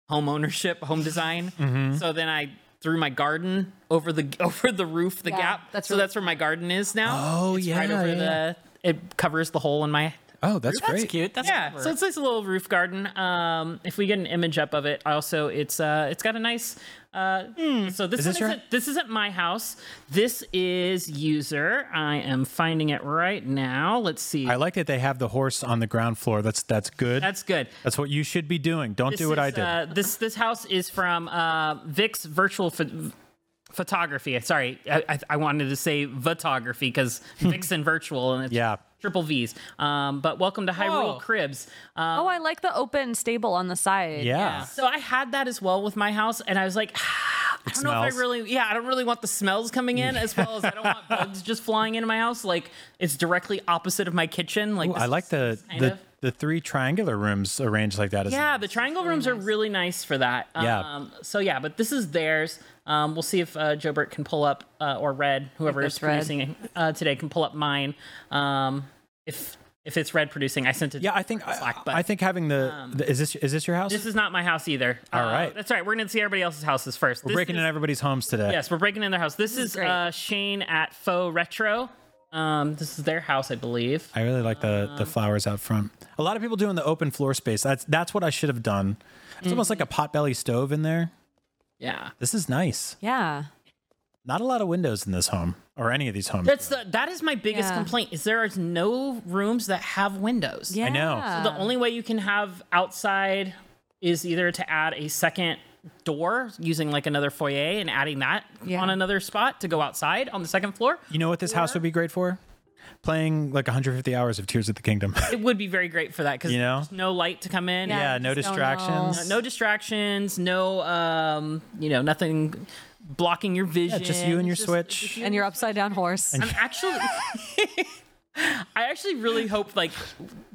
Speaker 2: home ownership, home design.
Speaker 1: Mm-hmm.
Speaker 2: So then I threw my garden over the <laughs> over the roof, the
Speaker 3: Yeah,
Speaker 2: gap.
Speaker 3: that's
Speaker 2: so
Speaker 3: really-
Speaker 2: that's where my garden is now.
Speaker 1: Oh,
Speaker 2: It's right
Speaker 1: yeah,
Speaker 2: over
Speaker 1: yeah,
Speaker 2: the it covers the hole in my
Speaker 1: oh, that's,
Speaker 4: That's
Speaker 1: great.
Speaker 4: cute. That's
Speaker 2: yeah,
Speaker 4: clever.
Speaker 2: so it's like a little roof garden. Um, if we get an image up of it, also it's uh, it's got a nice. Uh, So
Speaker 1: Hmm.
Speaker 2: this
Speaker 1: Is this
Speaker 2: one
Speaker 1: your-
Speaker 2: isn't this isn't my house. This is user. I am finding it right now. Let's see.
Speaker 1: I like that they have the horse on the ground floor. That's that's good.
Speaker 2: That's good.
Speaker 1: That's what you should be doing. Don't
Speaker 2: This
Speaker 1: do what
Speaker 2: is,
Speaker 1: I did.
Speaker 2: Uh, this this house is from uh, Vic's virtual. Ph- Photography. Sorry, I, I, I wanted to say
Speaker 1: <laughs>
Speaker 2: photography because Vixen virtual and it's
Speaker 1: Yeah.
Speaker 2: triple V's. Um, but welcome to Hyrule
Speaker 4: Whoa.
Speaker 2: Cribs.
Speaker 3: Oh, I like the open stable on the side.
Speaker 1: yeah.
Speaker 2: So I had that as well with my house, and I was like, "Ah, I don't know if
Speaker 1: smells.
Speaker 2: I really, yeah, I don't really want the smells coming in, as well as I
Speaker 1: <laughs>
Speaker 2: don't want bugs just flying into my house. Like it's directly opposite of my kitchen. Like
Speaker 1: Ooh,
Speaker 2: this
Speaker 1: I like
Speaker 2: is-
Speaker 1: the
Speaker 2: kind
Speaker 1: the
Speaker 2: of.
Speaker 1: the three triangular rooms arranged like that is
Speaker 2: Yeah, the triangle rooms are really nice for that.
Speaker 1: Yeah.
Speaker 2: Um, so yeah, but this is theirs. Um, we'll see if uh, Joe Burt can pull up uh, or Red, whoever
Speaker 3: If
Speaker 2: is
Speaker 3: it's Red.
Speaker 2: producing it uh, today, can pull up mine. Um, if if it's Red producing, I sent it.
Speaker 1: Yeah, I think I,
Speaker 2: Slack, but um,
Speaker 1: I think having the, the- is this is this your house?
Speaker 2: this is not my house either. All
Speaker 1: All right.
Speaker 2: that's all right. We're gonna see everybody else's houses first.
Speaker 1: We're breaking in everybody's homes today.
Speaker 2: <laughs> Yes, we're breaking in their house. This,
Speaker 3: is
Speaker 2: is,
Speaker 3: great.
Speaker 2: uh, Shane at Faux Retro. Um, this is their house, I believe.
Speaker 1: I really like the
Speaker 2: Um,
Speaker 1: the flowers out front. A lot of people doing the open floor space. That's that's what I should have done. It's almost like a
Speaker 2: Mm-hmm.
Speaker 1: potbelly stove in there.
Speaker 2: Yeah.
Speaker 1: This is nice.
Speaker 3: Yeah.
Speaker 1: Not a lot of windows in this home or any of these homes.
Speaker 2: That's the, that is my biggest
Speaker 3: Yeah.
Speaker 2: complaint is there is no rooms that have windows.
Speaker 3: Yeah.
Speaker 1: know.
Speaker 2: The only way you can have outside is either to add a second door using like another foyer and adding that
Speaker 3: Yeah.
Speaker 2: on another spot to go outside on the second floor.
Speaker 1: you know what this house would be great for? Playing like 150 hours of Tears of the Kingdom. <laughs>
Speaker 2: It would be very great for that because
Speaker 1: You know?
Speaker 2: there's no light to come in. Uh,
Speaker 1: yeah, no
Speaker 3: just don't
Speaker 1: distractions.
Speaker 2: No distractions, no um, you know, nothing blocking your vision.
Speaker 1: just you and your
Speaker 2: It's
Speaker 1: Switch.
Speaker 2: it's
Speaker 3: and your upside down horse.
Speaker 2: I'm actually I actually really hope like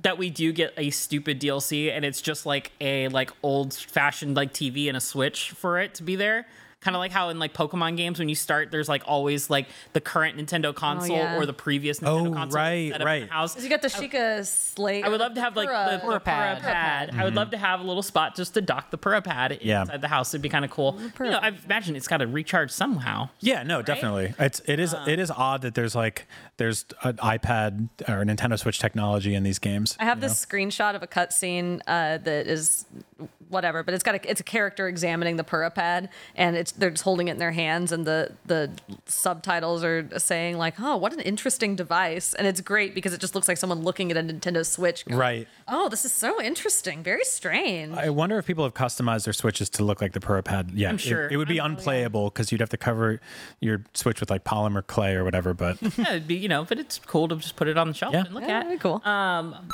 Speaker 2: that we do get a stupid DLC and it's just like a like old fashioned like TV and a Switch for it to be there. Kind of like how in like Pokemon games when you start there's like always like the current Nintendo console
Speaker 3: yeah.
Speaker 2: or the previous Nintendo
Speaker 1: Oh,
Speaker 2: console
Speaker 1: right,
Speaker 2: set up in
Speaker 1: right.
Speaker 2: the house.
Speaker 3: you got the Sheikah slate.
Speaker 2: I would love to have like the, the Pura pad.
Speaker 4: pad.
Speaker 2: I would love to have a little spot just to dock the Pura pad
Speaker 1: Mm-hmm. Yeah.
Speaker 2: inside the house. It'd be kind of cool. You know, I imagine it's got to recharge somehow.
Speaker 1: Yeah, no, definitely. It's it is it is odd that there's like there's an iPad or Nintendo Switch technology in these games.
Speaker 3: I have this screenshot of a cutscene uh, that is whatever, but it's got a, it's a character examining the Pura pad, and it's they're just holding it in their hands, and the the subtitles are saying like, "Oh, what an interesting device," and it's great because it just looks like someone looking at a Nintendo Switch. going,
Speaker 1: Right.
Speaker 3: Oh, this is so interesting. Very strange.
Speaker 1: I wonder if people have customized their switches to look like the Pro Pad. Yeah, I'm
Speaker 2: sure.
Speaker 1: it, would be unplayable because you'd have to cover your switch with like polymer clay or whatever. But
Speaker 2: yeah, it'd be, you know, but it's cool to just put it on the shelf
Speaker 1: Yeah.
Speaker 2: and look
Speaker 3: Yeah,
Speaker 2: at.
Speaker 3: that'd be cool.
Speaker 2: Um,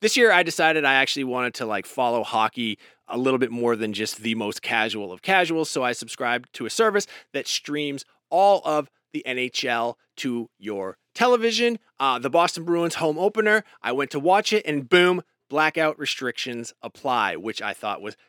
Speaker 5: this year I decided I actually wanted to like follow hockey a little bit more than just the most casual of casuals. So I subscribed to a service that streams all of the NHL to your television. Uh, the Boston Bruins home opener, I went to watch it and boom, blackout restrictions apply, which I thought was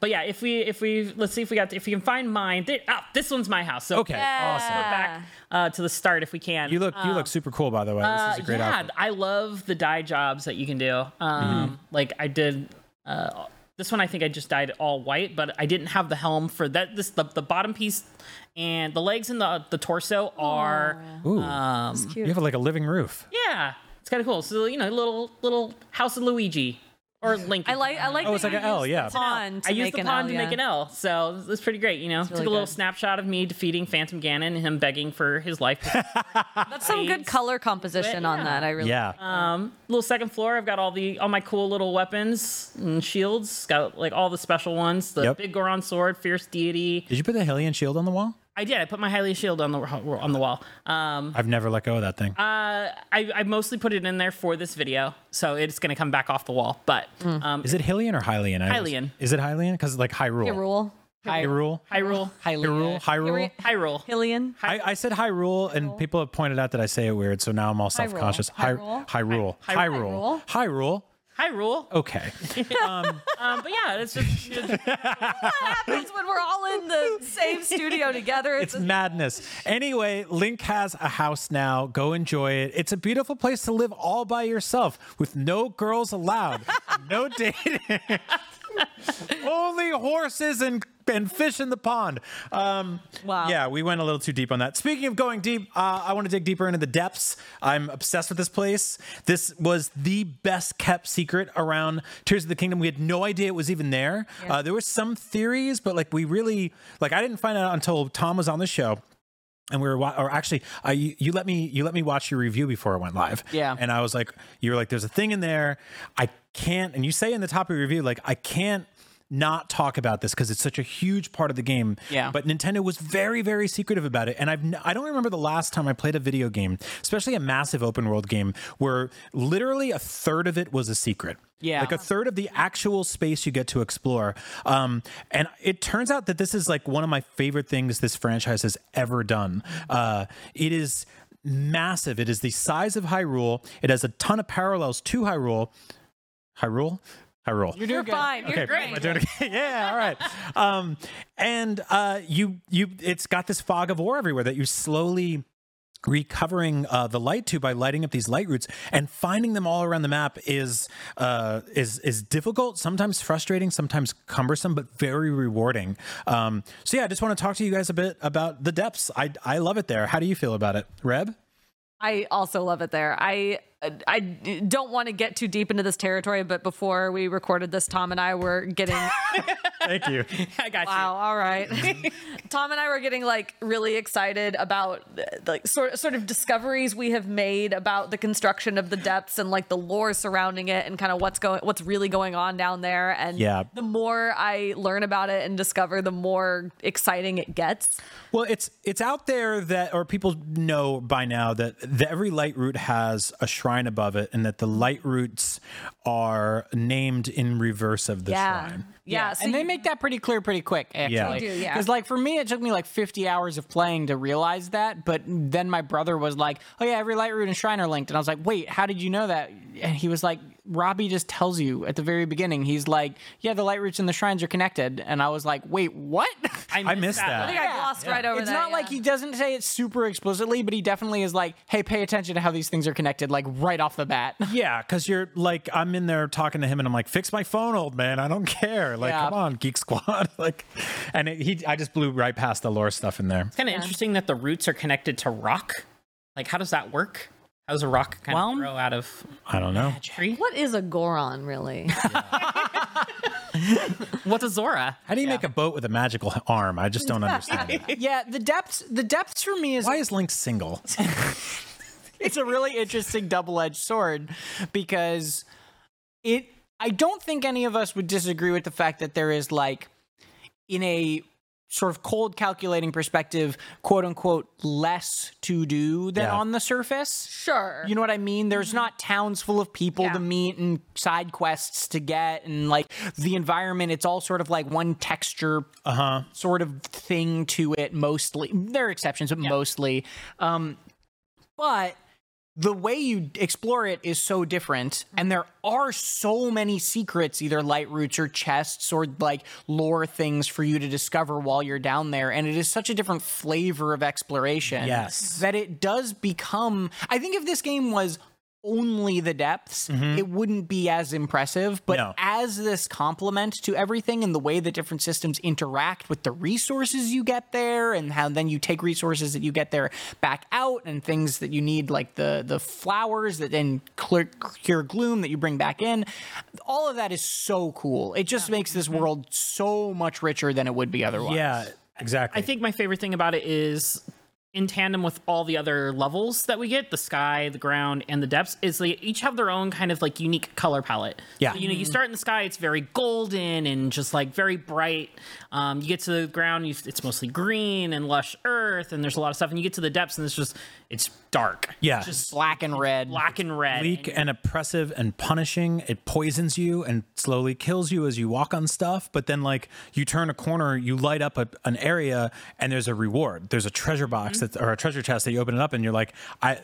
Speaker 2: But yeah, if we if we let's see if we got if we can find mine. There, ah, this one's my house. So
Speaker 1: Okay, awesome.
Speaker 2: flip back uh, to the start if we can.
Speaker 1: You look you look super cool by the way. This is a
Speaker 2: Uh,
Speaker 1: great
Speaker 2: yeah,
Speaker 1: outfit. Mm-hmm.
Speaker 2: I love the dye jobs that you can do. Um, Like I did uh, this one. I think I just dyed it all white, but I didn't have the helm for that. This the, the bottom piece and the legs and the the torso are
Speaker 1: Ooh,
Speaker 2: um,
Speaker 1: you have like a living roof.
Speaker 2: yeah, it's kind of cool. So you know, little little House of Luigi or Link.
Speaker 3: I like I like
Speaker 1: Oh,
Speaker 3: that
Speaker 1: it's like
Speaker 3: you
Speaker 1: an L,
Speaker 3: used the
Speaker 1: yeah.
Speaker 3: Pond to
Speaker 2: I used
Speaker 3: make
Speaker 2: the
Speaker 3: an
Speaker 2: pawn
Speaker 3: L,
Speaker 2: to
Speaker 3: yeah.
Speaker 2: make an L, so it's pretty great. You know, took
Speaker 3: really
Speaker 2: a little
Speaker 3: good.
Speaker 2: snapshot of me defeating Phantom Ganon and him begging for his life.
Speaker 3: <laughs> That's some good color composition on that. I really
Speaker 1: Yeah.
Speaker 2: Um, little second floor. I've got all the all my cool little weapons and shields. Got like all the special ones: the
Speaker 1: Yep.
Speaker 2: big Goron sword, fierce deity.
Speaker 1: Did you put the Hellion shield on the wall?
Speaker 2: I did. I put my Hylia shield on the on the wall. Um,
Speaker 1: I've never let go of that thing.
Speaker 2: uh, I, I mostly put it in there for this video, so it's gonna come back off the wall. But
Speaker 3: Hmm.
Speaker 2: um,
Speaker 1: is it Hillian or Hylian? I always-
Speaker 2: Hylian.
Speaker 1: Is it Hylian? Because like Hyrule.
Speaker 3: Good rule.
Speaker 1: Hyrule.
Speaker 2: Hyrule,
Speaker 1: Hyrule. Hyrule.
Speaker 2: Hyrule.
Speaker 3: Hillian.
Speaker 1: I, I said Hyrule, and people have pointed out that I say it weird, so now I'm all self conscious. Hyrule.
Speaker 3: Hyrule.
Speaker 1: Hyrule. Hyrule. Hyrule.
Speaker 2: Hyrule.
Speaker 1: Okay.
Speaker 2: Um, but yeah, it's
Speaker 3: <laughs>
Speaker 2: just it's-
Speaker 3: happens when we're all in the same studio together. It's,
Speaker 1: It's madness. Anyway, Link has a house now. Go enjoy it. It's a beautiful place to live all by yourself with no girls allowed, <laughs> no dating, <laughs> only horses and, and fish in the pond. Um,
Speaker 3: Wow.
Speaker 1: Yeah, we went a little too deep on that. Speaking of going deep, uh, I want to dig deeper into the depths. I'm obsessed with this place. This was the best kept secret around Tears of the Kingdom. We had no idea it was even there. Uh, there were some theories, but like we really, like I didn't find out until Tom was on the show. And we were, wa- or actually, uh, you, you let me, you let me watch your review before it went live.
Speaker 4: Yeah.
Speaker 1: And I was like, you were like, there's a thing in there. I can't, and you say in the top of your review, like, I can't not talk about this because it's such a huge part of the game.
Speaker 4: Yeah.
Speaker 1: But Nintendo was very, very secretive about it. And I've, n- I don't remember the last time I played a video game, especially a massive open world game, where literally a third of it was a secret.
Speaker 4: Yeah.
Speaker 1: Like a third of the actual space you get to explore. Um, and it turns out that this is like one of my favorite things this franchise has ever done. Uh, it is massive. It is the size of Hyrule. It has a ton of parallels to Hyrule. Hyrule? Hyrule.
Speaker 3: you're, fine. You're
Speaker 1: Am
Speaker 3: great.
Speaker 1: I doing it again? <laughs> yeah, all right. Um, and uh, you, you, it's got this fog of war everywhere that you slowly recovering uh, the light to by lighting up these light routes and finding them all around the map is uh, is is difficult sometimes frustrating sometimes cumbersome but very rewarding um, so yeah i just want to talk to you guys a bit about the depths i i love it there how do you feel about it reb
Speaker 3: I also love it there. I I don't want to get too deep into this territory, but before we recorded this, Tom and I were getting
Speaker 1: <laughs> thank you
Speaker 2: I got you.
Speaker 3: wow. All right, <laughs> Tom and I were getting like really excited about uh, like sort sort of discoveries we have made about the construction of the depths and like the lore surrounding it and kind of what's going what's really going on down there. And
Speaker 1: Yeah.
Speaker 3: the more I learn about it and discover, the more exciting it gets.
Speaker 1: Well, it's it's out there that, or people know by now that the, every light route has a shrine above it, and that the light routes are named in reverse of the
Speaker 3: Yeah.
Speaker 1: shrine.
Speaker 3: Yeah, so
Speaker 4: and they
Speaker 3: you-
Speaker 4: make that pretty clear pretty quick, actually.
Speaker 1: Yeah. They
Speaker 3: do, yeah.
Speaker 4: Because, like, for me, it took me like 50 hours of playing to realize that. But then my brother was like, oh, yeah, every light route and shrine are linked. And I was like, wait, how did you know that? And he was like, Robbie just tells you at the very beginning. He's like, yeah, the light routes and the shrines are connected. And I was like, wait, what? <laughs>
Speaker 1: I missed that.
Speaker 3: I think I glossed right over
Speaker 4: it's
Speaker 3: that,
Speaker 4: not
Speaker 3: yeah.
Speaker 4: like he doesn't say it super explicitly, but he definitely is like, hey, pay attention to how these things are connected, like right off the bat. <laughs>
Speaker 1: Yeah, because you're like, I'm in there talking to him, and I'm like, "Fix my phone, old man. I don't care. Like,
Speaker 4: Yeah.
Speaker 1: come on, Geek Squad." <laughs> like, and it, he, I just blew right past the lore stuff in there.
Speaker 2: It's kind of interesting that the roots are connected to rock. Like, how does that work? How does a rock kind
Speaker 4: Well-
Speaker 2: of grow out of
Speaker 1: I don't know.
Speaker 2: a tree?
Speaker 3: What is a Goron really?
Speaker 2: <laughs> What's a Zora?
Speaker 1: How do you make a boat with a magical h- arm? I just don't understand. that.
Speaker 4: yeah, the depths. The depths for me is
Speaker 1: Why is Link single?
Speaker 4: it's a really interesting double-edged sword because it I don't think any of us would disagree with the fact that there is like in a sort of cold calculating perspective, quote unquote, less to do than
Speaker 2: Yeah.
Speaker 4: on the surface.
Speaker 3: Sure. Mm-hmm.
Speaker 4: You know what I mean? There's not towns full of people
Speaker 3: Yeah.
Speaker 4: to meet and side quests to get and like the environment, it's all sort of like one texture
Speaker 1: uh-huh.
Speaker 4: sort of thing to it mostly. There are exceptions, but mostly. Um but the way you explore it is so different
Speaker 3: Mm-hmm.
Speaker 4: and there are so many secrets either light routes or chests or like lore things for you to discover while you're down there and it is such a different flavor of exploration
Speaker 1: Yes.
Speaker 4: that it does become i think if this game was only the depths
Speaker 1: Mhm.
Speaker 4: it wouldn't be as impressive but
Speaker 1: No.
Speaker 4: as this complement to everything and the way the different systems interact with the resources you get there and how then you take resources that you get there back out and things that you need like the the flowers that then clear, cure gloom that you bring back in all of that is so cool it just makes this world so much richer than it would be otherwise
Speaker 1: Yeah, exactly.
Speaker 2: I think my favorite thing about it is in tandem with all the other levels that we get the sky the ground and the depths is they each have their own kind of like unique color palette
Speaker 1: Yeah.
Speaker 2: So, you know you start in the sky it's very golden and just like very bright um, you get to the ground you, it's mostly green and lush earth and there's a lot of stuff and you get to the depths and it's just it's dark
Speaker 1: Yeah.
Speaker 2: It's just
Speaker 4: black and red
Speaker 2: black and red
Speaker 1: Bleak and oppressive and punishing. It poisons you and slowly kills you as you walk on stuff. But then, like, you turn a corner, you light up a, an area, and there's a reward. There's a treasure
Speaker 4: Mm-hmm.
Speaker 1: box that, or a treasure chest that you open it up, and you're like, I,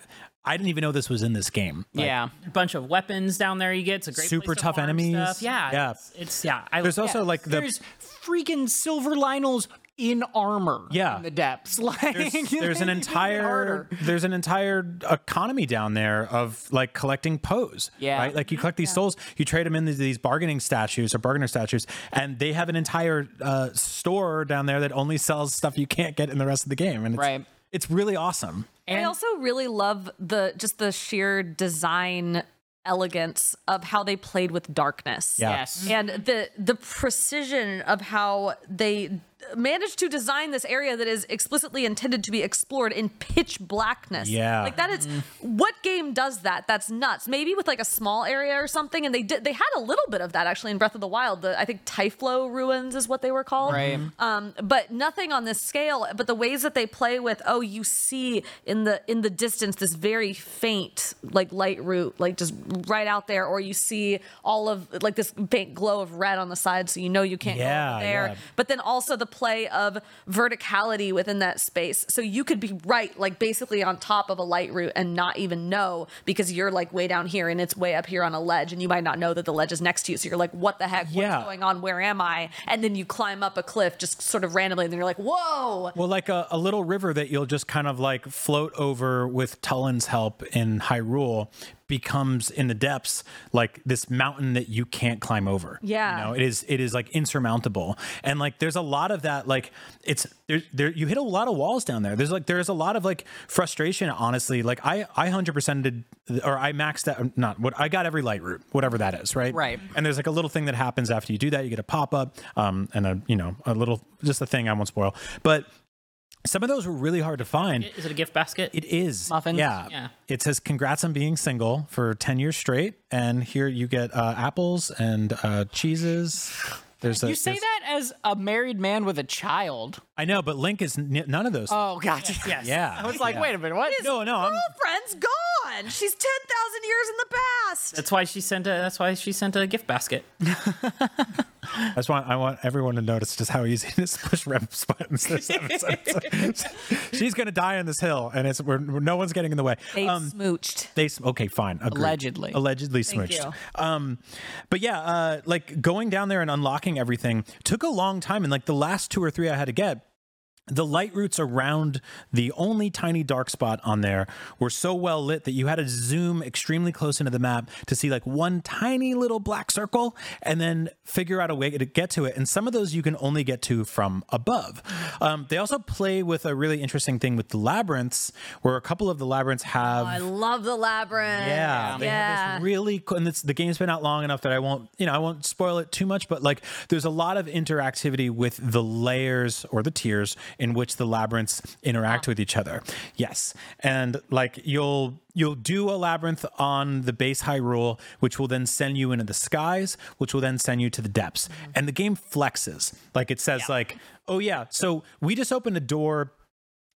Speaker 1: I didn't even know this was in this game. Like,
Speaker 4: yeah
Speaker 2: a bunch of weapons down there you get it's a great
Speaker 1: Super
Speaker 2: place to
Speaker 1: tough
Speaker 2: farm
Speaker 1: enemies.
Speaker 2: stuff. yeah
Speaker 1: Yeah.
Speaker 2: it's, it's- yeah I,
Speaker 1: There's
Speaker 2: yeah.
Speaker 1: also like the
Speaker 4: there's freaking silver lionels in armor
Speaker 1: Yeah.
Speaker 4: in the depths <laughs> like
Speaker 1: there's, there's an
Speaker 4: they make it harder. <laughs>
Speaker 1: entire there's an entire economy down there of like collecting pose.
Speaker 4: Yeah.
Speaker 1: Right? Like you collect these souls, you trade them into these bargaining statues or bargainer statues, and they have an entire uh, store down there that only sells stuff you can't get in the rest of the game. And it's,
Speaker 4: Right.
Speaker 1: it's really awesome.
Speaker 3: I also really love the just the sheer design elegance of how they played with darkness.
Speaker 1: Yeah. Yes.
Speaker 3: And the the precision of how they managed to design this area that is explicitly intended to be explored in pitch blackness.
Speaker 1: Yeah. Mm-hmm.
Speaker 3: Like that is what game does that? That's nuts. Maybe with like a small area or something and they did they had a little bit of that actually in Breath of the Wild. The I think Typhlo ruins is what they were called.
Speaker 4: Right.
Speaker 1: Mm-hmm.
Speaker 3: Um, but nothing on this scale. But the ways that they play with, oh, you see in the in the distance this very faint like light route, like just right out there, or you see all of like this faint glow of red on the side, so you know you can't go
Speaker 1: Yeah,
Speaker 3: over there.
Speaker 1: yeah.
Speaker 3: But then also the play of verticality within that space, so you could be right, like basically on top of a light route and not even know because you're like way down here and it's way up here on a ledge, and you might not know that the ledge is next to you. So you're like, what the heck?
Speaker 1: Yeah.
Speaker 3: What's going on? Where am I? And then you climb up a cliff just sort of randomly, and then you're like, whoa.
Speaker 1: Well, like a, a little river that you'll just kind of like float over with Tullin's help in Hyrule becomes in the depths like this mountain that you can't climb over.
Speaker 3: Yeah.
Speaker 1: You know, it is it is like insurmountable. And like there's a lot of that like it's there there you hit a lot of walls down there. There's like there's a lot of like frustration honestly. Like I I 100% did or I maxed out not what I got every light route, whatever that is, right?
Speaker 4: Right.
Speaker 1: And there's like a little thing that happens after you do that. You get a pop up, um, and a you know a little just a thing I won't spoil. But some of those were really hard to find.
Speaker 2: is it a gift basket
Speaker 1: It is
Speaker 4: Muffins?
Speaker 1: Yeah.
Speaker 2: Yeah.
Speaker 1: It says congrats on being single for ten years straight, and here you get uh, apples and uh, cheeses. There's a,
Speaker 4: You say
Speaker 1: there's-
Speaker 4: that as a married man with a child.
Speaker 1: I know, but Link is n- none of those.
Speaker 4: Oh, gotcha. Yes.
Speaker 1: Yeah.
Speaker 4: I was like,
Speaker 1: Yeah.
Speaker 4: wait a minute, what?
Speaker 1: no, no, I'm,
Speaker 3: Girlfriend's gone. She's 10,000 years in the past.
Speaker 2: that's why she sent a that's why she sent a gift basket
Speaker 1: I just want I want everyone to notice just how easy <laughs> it is to push rep buttons this episode.
Speaker 4: <laughs>
Speaker 1: <laughs> She's gonna die on this hill, and it's we're, we're- no one's getting in the way. Um,
Speaker 3: They smooched.
Speaker 1: They sm- okay, fine. agreed.
Speaker 4: Allegedly.
Speaker 1: allegedly smooched. Um, but yeah, uh, like going down there and unlocking everything took a long time, and like the last two or three I had to get the light roots around the only tiny dark spot on there were so well lit that you had to zoom extremely close into the map to see like one tiny little black circle and then figure out a way to get to it. And some of those you can only get to from above. Um, they also play with a really interesting thing with the labyrinths, where a couple of the labyrinths have.
Speaker 3: I love the labyrinth.
Speaker 1: Yeah, they have
Speaker 3: Yeah.
Speaker 1: this really cool. And it's, the game's been out long enough that I won't, you know, I won't spoil it too much. But like, there's a lot of interactivity with the layers or the tiers in which the labyrinths interact with each other. Yes, and like you'll you'll do a labyrinth on the base high rule, which will then send you into the skies, which will then send you to the depths. And the game flexes. Like it says, like, oh yeah, so we just opened a door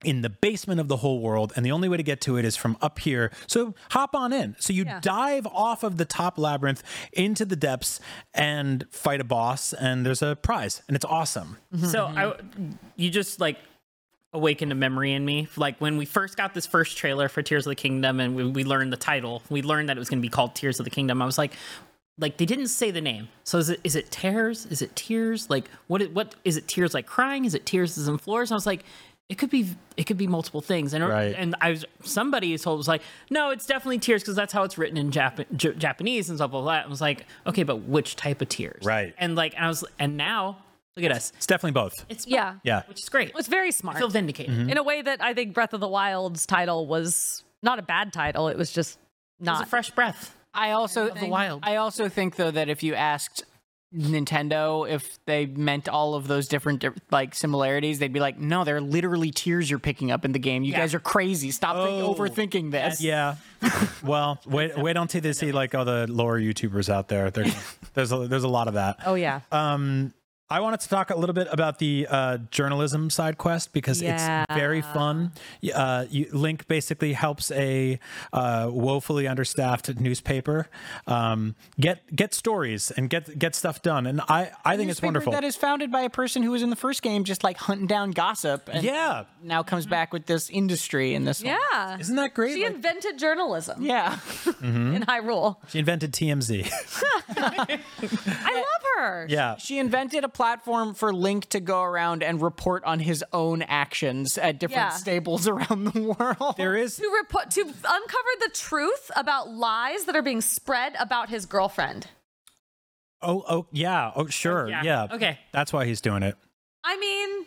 Speaker 1: in the basement of the whole world and the only way to get to it is from up here so hop on in so you dive off of the top labyrinth into the depths and fight a boss and there's a prize and it's awesome
Speaker 2: So
Speaker 1: Mm-hmm.
Speaker 2: I, you just like awakened a memory in me. Like when we first got this first trailer for Tears of the Kingdom, and we, we learned the title, we learned that it was going to be called Tears of the Kingdom. I was like, like they didn't say the name. So is it is it tears? Is it tears? Like what i- what is it? Tears like crying? Is it tears as in floors? And I was like. It could be it could be multiple things, and
Speaker 1: Right.
Speaker 2: and I was somebody told was like, no, it's definitely tears because that's how it's written in Jap- J- Japanese and stuff like that. I was like, okay, but which type of tears?
Speaker 1: Right.
Speaker 2: And like I was, and now look at us.
Speaker 1: it's definitely both
Speaker 3: It's yeah.
Speaker 1: yeah
Speaker 2: which is great.
Speaker 3: It's very smart.
Speaker 2: I feel vindicated.
Speaker 1: Mhm.
Speaker 3: in a way that I think Breath of the Wild's title was not a bad title. It was just not
Speaker 2: a fresh breath.
Speaker 4: I also
Speaker 2: the wild.
Speaker 4: I also think though that if you asked Nintendo if they meant all of those different di- like similarities, they'd be like, "No, they're literally tears you're picking up in the game. You guys are crazy. Stop
Speaker 1: Oh.
Speaker 4: think- overthinking this."
Speaker 1: yeah well wait wait until they see like all the lore youtubers out there They're- there's a, there's a lot of that
Speaker 3: Oh yeah.
Speaker 1: Um, I wanted to talk a little bit about the uh, journalism side quest because
Speaker 3: Yeah.
Speaker 1: it's very fun. Y- Uh, you, Link basically helps a uh, woefully understaffed newspaper um, get get stories and get get stuff done, and I, I think it's
Speaker 4: Newspaper
Speaker 1: wonderful.
Speaker 4: That is founded by a person who was in the first game, just like hunting down gossip. And
Speaker 1: yeah,
Speaker 4: now comes back with this industry in this. one.
Speaker 3: Yeah.
Speaker 1: Isn't that great?
Speaker 3: She invented journalism.
Speaker 4: Yeah.
Speaker 1: Mhm.
Speaker 3: In Hyrule.
Speaker 1: She invented TMZ.
Speaker 3: I love her.
Speaker 1: <laughs> yeah,
Speaker 4: She invented a platform for Link to go around and report on his own actions at
Speaker 3: Yeah.
Speaker 4: different stables <laughs> around the world.
Speaker 1: there is
Speaker 3: To report to uncover the truth about lies that are being spread about his girlfriend.
Speaker 1: oh oh yeah oh sure
Speaker 2: Yeah.
Speaker 1: yeah,
Speaker 2: Okay.
Speaker 1: that's why he's doing it.
Speaker 3: I mean,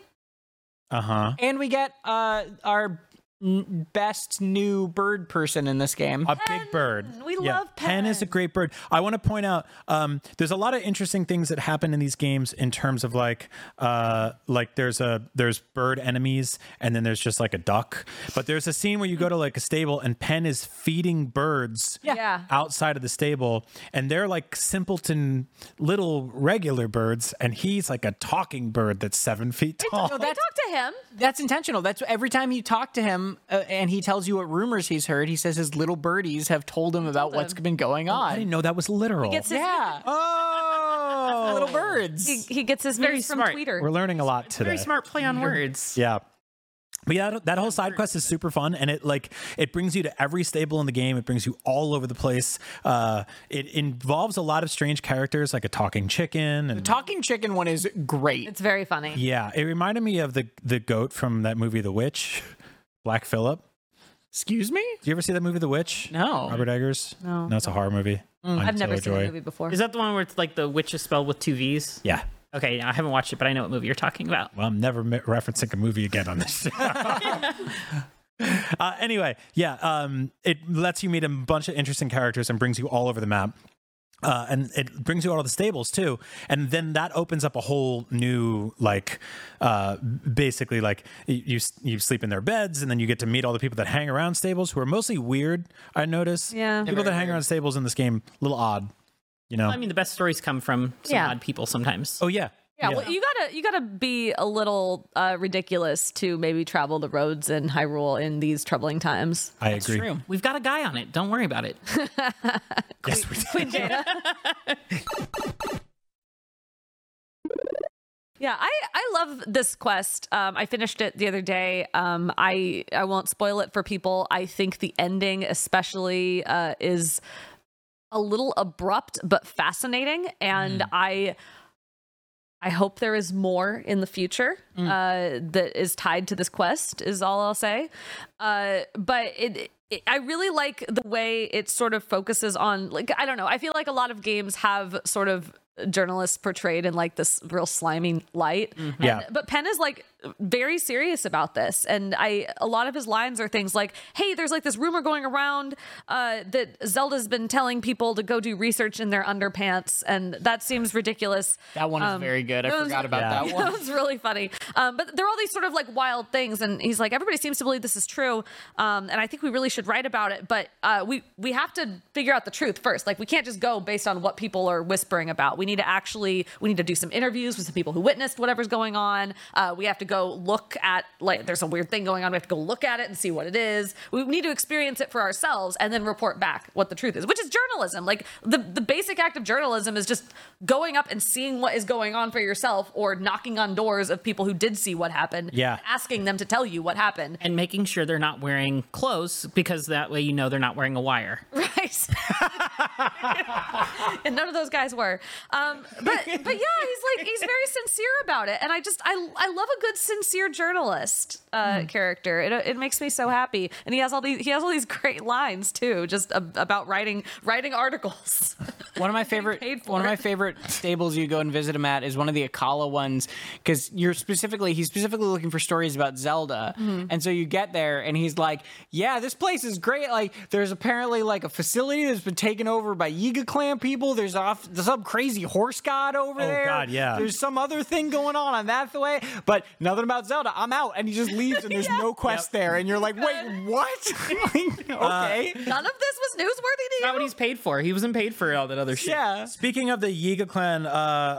Speaker 1: Uh huh.
Speaker 4: And we get uh, our n- best new bird person in this game.
Speaker 1: A big bird.
Speaker 3: we love
Speaker 1: Pen is a great bird. I want to point out um, there's a lot of interesting things that happen in these games in terms of like uh, like there's a there's bird enemies and then there's just like a duck. But there's a scene where you go to like a stable and Pen is feeding birds
Speaker 3: Yeah. Yeah.
Speaker 1: outside of the stable and they're like simpleton little regular birds and he's like a talking bird that's seven feet tall.
Speaker 3: I talked to him.
Speaker 4: That's intentional. That's every time you talk to him uh, and he tells you what rumors he's heard, he says his little birdies have told him about what's been going
Speaker 1: I
Speaker 4: on.
Speaker 1: didn't know that was literal.
Speaker 3: Gets his,
Speaker 4: Yeah.
Speaker 3: <laughs>
Speaker 1: oh,
Speaker 4: Little birds.
Speaker 3: he, he gets his
Speaker 2: Very
Speaker 3: news from
Speaker 2: smart.
Speaker 3: Twitter.
Speaker 1: We're learning a lot today.
Speaker 2: Very smart play on words.
Speaker 1: Yeah. But yeah, that, that whole side quest is super fun, and it like it brings you to every stable in the game. It brings you all over the place. Uh, it involves a lot of strange characters, like a talking chicken, and
Speaker 4: Talking chicken one is great.
Speaker 3: It's very funny.
Speaker 1: yeah, it reminded me of the the goat from that movie, The Witch, Black Phillip.
Speaker 4: Excuse me?
Speaker 1: Do you ever see that movie, The Witch?
Speaker 4: No.
Speaker 1: Robert Eggers.
Speaker 3: No. Mm,
Speaker 1: no, it's a horror movie.
Speaker 3: I've never seen
Speaker 1: Joy.
Speaker 3: the movie before.
Speaker 2: Is that the one where it's like the witch is spelled with two V's?
Speaker 1: Yeah.
Speaker 2: Okay, I haven't watched it, but I know what movie you're talking about.
Speaker 1: Well, I'm never mi- referencing a movie again on this <laughs> show. uh, anyway, yeah, um, it lets you meet a bunch of interesting characters and brings you all over the map. Uh, and it brings you out of the stables too, and then that opens up a whole new like, uh, basically like y- you s- you sleep in their beds, and then you get to meet all the people that hang around stables who are mostly weird. I notice,
Speaker 3: Yeah.
Speaker 1: people that hang around stables in this game a little odd, you know.
Speaker 2: I mean, the best stories come from some
Speaker 3: Yeah.
Speaker 2: odd people sometimes.
Speaker 1: oh yeah,
Speaker 3: Yeah, well, e- you gotta you gotta be a little uh, ridiculous to maybe travel the roads in Hyrule in these troubling times.
Speaker 1: I agree.
Speaker 2: We've got a guy on it. Don't worry about it.
Speaker 1: Yes, we did.
Speaker 3: Yeah, I, I love this quest. Um, I finished it the other day. Um, I I won't spoil it for people. I think the ending, especially, uh, is a little abrupt but fascinating, and I I hope there is more in the future uh, that is tied to this quest. Is all I'll say. Uh, but it, it, I really like the way it sort of focuses on. Like I don't know. I feel like a lot of games have sort of journalists portrayed in like this real slimy light. And-
Speaker 1: Yeah.
Speaker 3: but Penn is like very serious about this, and I a lot of his lines are things like, "Hey, there's like this rumor going around uh, that Zelda's been telling people to go do research in their underpants, and that seems ridiculous."
Speaker 4: That one is
Speaker 2: Um,
Speaker 4: very good. I
Speaker 3: that was-
Speaker 4: forgot about Yeah. that
Speaker 3: <laughs>
Speaker 4: one.
Speaker 3: That was really funny. Um, but there are all these sort of like wild things, and he's like, "Everybody seems to believe this is true, um, and I think we really should write about it, but uh, we we have to figure out the truth first. Like, we can't just go based on what people are whispering about. We need to actually we need to do some interviews with some people who witnessed whatever's going on. Uh, we have to go look at like there's a weird thing going on. We have to go look at it and see what it is. We need to experience it for ourselves and then report back what the truth is, which is journalism. Like the the basic act of journalism is just going up and seeing what is going on for yourself or knocking on doors of people who did see what happened.
Speaker 2: Yeah.
Speaker 3: Asking them to tell you what happened.
Speaker 2: and making sure they're not wearing clothes because that way you know they're not wearing a wire.
Speaker 3: Right. <laughs> and none of those guys were. Um, but but yeah, he's like he's very sincere about it, and I just I I love a good sincere journalist uh, character. It, it makes me so happy, and he has all these he has all these great lines too, just ab- about writing writing articles. <laughs>
Speaker 4: One of my favorite one of my favorite stables you go and visit him at is one of the Akala ones because you're specifically he's specifically looking for stories about Zelda,
Speaker 6: Mhm.
Speaker 4: and so you get there and he's like, "Yeah, this place is great. Like, there's apparently like a facility that's been taken over by Yiga clan people. There's off there's some crazy horse god over
Speaker 1: Oh,
Speaker 4: there.
Speaker 1: God, yeah.
Speaker 4: There's some other thing going on on that way, but nothing about Zelda. I'm out." And he just
Speaker 1: <laughs>
Speaker 4: leaves and there's no quest there, and you're like, "Wait, what? <laughs> Like,
Speaker 1: Uh,
Speaker 4: okay."
Speaker 3: None of this was newsworthy to you.
Speaker 2: Not what he's paid for. He wasn't paid for all that other shit.
Speaker 4: Yeah.
Speaker 1: Speaking of the Yiga clan, uh,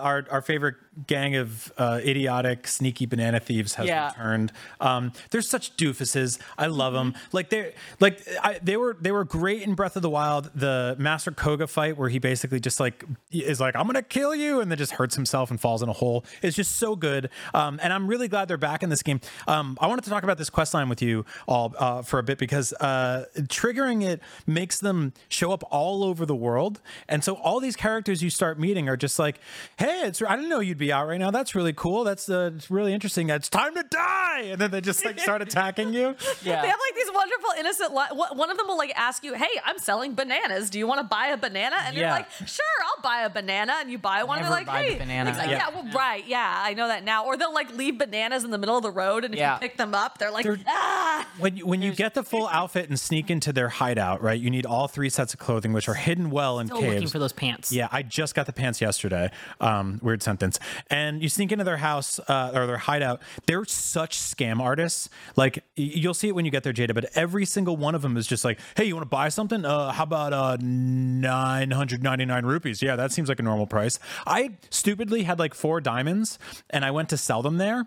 Speaker 1: our our favorite gang of uh, idiotic, sneaky banana thieves has
Speaker 4: Yeah.
Speaker 1: returned. Um, they're such doofuses. I love them. Like they like I, they were they were great in Breath of the Wild. The Master Koga fight where he basically just like is like I'm gonna kill you and then just hurts himself and falls in a hole. It's just so good. Um, and I'm really glad they're back in this game. Um, I wanted to talk about this quest line with you all uh, for a bit because uh, triggering it makes them show up all over the world. And so all these characters you start meeting are just like, hey, it's I didn't know you'd be out right now. That's really cool. That's uh, it's really interesting. It's time to die. And then they just like start attacking
Speaker 2: <laughs>
Speaker 1: you.
Speaker 3: They have like these wonderful innocent. Li- wh- one of them will like ask you, "Hey, I'm selling bananas. Do you want to buy a banana?" And you're
Speaker 1: Yeah.
Speaker 3: like, "Sure, I'll buy a banana." And you buy one. and
Speaker 4: Never
Speaker 3: they're like,
Speaker 4: buy the
Speaker 3: "Hey,
Speaker 4: banana.
Speaker 3: It's like,
Speaker 4: Yeah.
Speaker 3: yeah. well, right, yeah, I know that now." Or they'll like leave bananas in the middle of the road, and if
Speaker 1: Yeah.
Speaker 3: you pick them up, they're like,
Speaker 1: They're-
Speaker 3: "Ah."
Speaker 1: When you, when you get the full outfit and sneak into their hideout, right? You need all three sets of clothing, which are hidden well in
Speaker 2: Still
Speaker 1: caves.
Speaker 2: looking for those pants.
Speaker 1: Yeah, I just got the pants yesterday. Um, weird sentence. And you sneak into their house uh, or their hideout. They're such scam artists. Like y- you'll see it when you get there, Jada. But every single one of them is just like, "Hey, you want to buy something? Uh, how about uh, nine hundred ninety nine rupees? Yeah, that seems like a normal price." I stupidly had like four diamonds, and I went to sell them there.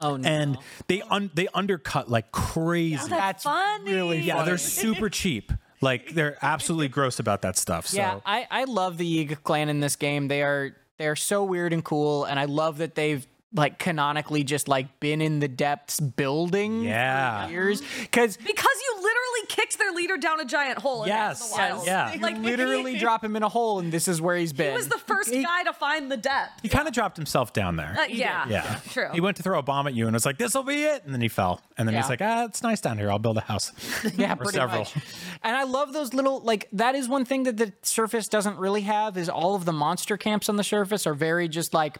Speaker 2: Oh no!
Speaker 1: And they un- they undercut like crazy.
Speaker 3: that's, funny.
Speaker 1: really yeah, they're super cheap. Like they're absolutely gross about that stuff. So.
Speaker 4: Yeah, I, I love the Yiga clan in this game. They are they're so weird and cool, and I love that they've like canonically just like been in the depths building
Speaker 1: Yeah.
Speaker 4: for years. Because
Speaker 3: because you literally kicked their leader down a giant hole. in Breath of
Speaker 4: yes,
Speaker 3: the Wild.
Speaker 4: yeah,
Speaker 3: like
Speaker 4: like literally drop him in a hole, and this is where he's been.
Speaker 3: He was the first guy to find the depth.
Speaker 1: He kind of dropped himself down there.
Speaker 3: Uh, <laughs> yeah,
Speaker 1: Yeah.
Speaker 3: true.
Speaker 1: He went to throw a bomb at you and was like, this will be it. And then he fell. And then
Speaker 4: Yeah.
Speaker 1: he's like, ah, it's nice down here. I'll build a
Speaker 3: <laughs>
Speaker 1: house.
Speaker 4: yeah,
Speaker 1: Or
Speaker 4: pretty
Speaker 1: several.
Speaker 4: much. And I love those little like that is one thing that the surface doesn't really have is all of the monster camps on the surface are very just like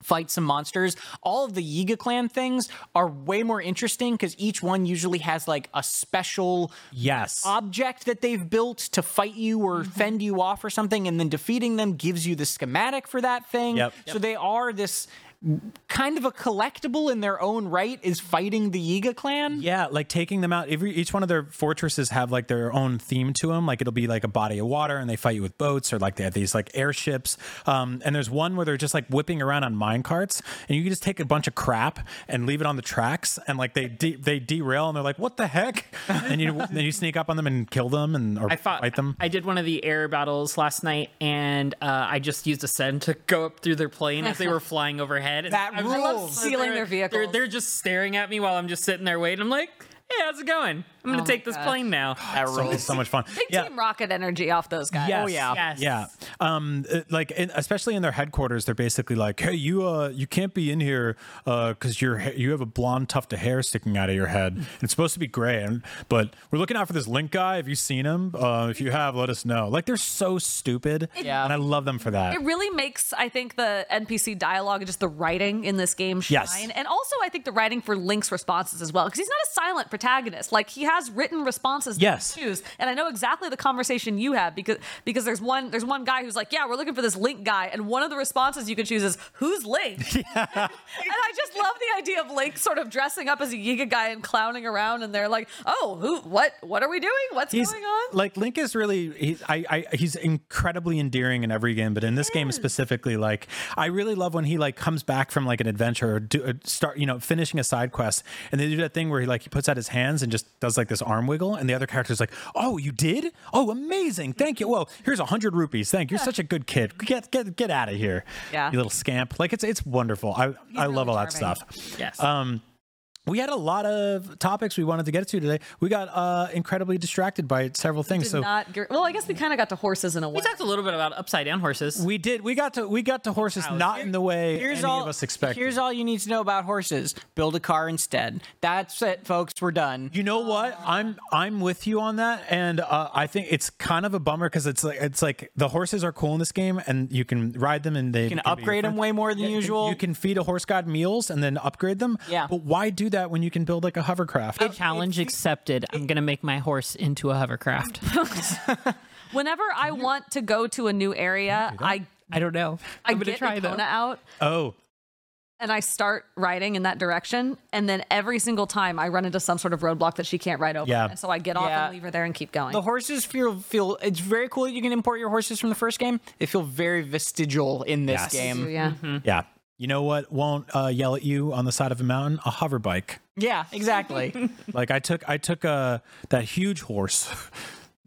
Speaker 4: fight some monsters. All of the Yiga clan things are way more interesting because each one usually has like a special
Speaker 1: Yes.
Speaker 4: object that they've built to fight you or fend you off or something, and then defeating them gives you the schematic for that thing.
Speaker 1: Yep.
Speaker 4: So they are this kind of a collectible in their own right is fighting the Yiga clan.
Speaker 1: Yeah, like taking them out. Every each one of their fortresses have like their own theme to them. Like it'll be like a body of water, and they fight you with boats, or like they have these like airships. Um, and there's one where they're just like whipping around on mine carts, and you can just take a bunch of crap and leave it on the tracks, and like they de- they derail, and they're like, "What the heck?" <laughs> And you then you sneak up on them and kill them, and or
Speaker 2: I fought.
Speaker 1: fight them.
Speaker 2: I did one of the air battles last night, and uh, I just used a send to go up through their plane as
Speaker 3: <laughs>
Speaker 2: they were flying overhead. And
Speaker 4: That
Speaker 2: I
Speaker 4: rules.
Speaker 3: Stealing their
Speaker 2: vehicle. They're, they're just staring at me while I'm just sitting there waiting. I'm like, hey, how's it going? I'm gonna
Speaker 3: Oh
Speaker 2: take
Speaker 3: my
Speaker 2: this
Speaker 3: <gasps> gosh.
Speaker 2: plane now.
Speaker 1: That So- rules. so much fun.
Speaker 3: Big
Speaker 1: Yeah.
Speaker 3: team rocket energy off those guys. Oh,
Speaker 1: Yes. Yeah. Um, uh, like, in, especially in their headquarters, they're basically like, "Hey, you, uh, you can't be in here, uh, because your ha- you have a blonde tuft of hair sticking out of your head.
Speaker 3: <laughs>
Speaker 1: And it's supposed to be gray, and but we're looking out for this Link guy. Have you seen him? Uh, if you have, let us know. Like, they're so stupid.
Speaker 3: It- Yeah.
Speaker 1: And I love them for that.
Speaker 3: It really makes, I think, the NPC dialogue and just the writing in this game shine.
Speaker 1: Yes.
Speaker 3: And also, I think the writing for Link's responses as well, because he's not a silent protagonist. Like he has written responses. that he
Speaker 1: Yes.
Speaker 3: choose. And I know exactly the conversation you had because because there's one there's one guy who's like, yeah, we're looking for this Link guy, and one of the responses you can choose is
Speaker 1: <laughs>
Speaker 3: who's Link. <laughs> and I just love the idea of Link sort of dressing up as a Yiga guy and clowning around, and they're like, oh, who, what, what are we doing? What's
Speaker 1: He's
Speaker 3: going on?
Speaker 1: like Link is really he's I, I he's incredibly endearing in every game, but in this game specifically, like I really love when he like comes back from like an adventure or do, uh, start you know finishing a side quest, and they do that thing where he like he puts out his hands and just does like this arm wiggle, and the other character's like, "Oh, you did? Oh, amazing! Thank you. Well, here's a hundred rupees. Thank you. You're such a good kid. Get get get out of here,
Speaker 3: Yeah.
Speaker 1: you little scamp. Like it's it's wonderful. I I love all that
Speaker 3: charming.
Speaker 1: stuff.
Speaker 2: Yes.
Speaker 1: Um, we had a lot of topics we wanted to get to today. We got uh, incredibly distracted by several things.
Speaker 3: Did
Speaker 1: so
Speaker 3: not get- well, I guess we kind of got to horses in a way. We
Speaker 2: talked a little bit about upside down horses.
Speaker 1: we did. We got to we got to horses not in the way
Speaker 4: Here's
Speaker 1: any
Speaker 4: all,
Speaker 1: of us expected.
Speaker 4: Here's all you need to know about horses. Build a car instead. That's it, folks. We're done.
Speaker 1: You know what? I'm I'm with you on that, and uh, I think it's kind of a bummer because it's like it's like the horses are cool in this game, and you can ride them, and they
Speaker 4: You can
Speaker 1: be your
Speaker 4: upgrade them
Speaker 1: friend.
Speaker 4: way more than
Speaker 1: Yeah, you can-
Speaker 4: usual.
Speaker 1: You can feed a horse god meals and then upgrade them.
Speaker 4: Yeah.
Speaker 1: But why do that when you can build like a hovercraft?
Speaker 2: Challenge accepted. I'm gonna make my horse into a
Speaker 3: <laughs>
Speaker 2: hovercraft.
Speaker 3: Whenever I want to go to a new area, I
Speaker 2: I don't know.
Speaker 3: I
Speaker 2: I'm gonna
Speaker 3: get
Speaker 2: try though.
Speaker 3: Icona out
Speaker 1: Oh,
Speaker 3: and I start riding in that direction, and then every single time I run into some sort of roadblock that she can't ride over.
Speaker 1: Yeah.
Speaker 3: And so I get off
Speaker 4: Yeah.
Speaker 3: and leave her there and keep going.
Speaker 4: The horses feel feel. It's very cool. that You can import your horses from the first game. They feel very vestigial in this
Speaker 1: Yes.
Speaker 4: game.
Speaker 3: yeah.
Speaker 2: Mm-hmm.
Speaker 4: Mm-hmm.
Speaker 1: yeah. You know what? Won't uh, yell at you on the side of a mountain? A hover
Speaker 4: <laughs>
Speaker 1: bike.
Speaker 4: Yeah, exactly.
Speaker 1: like I took I took uh, that huge horse. <laughs>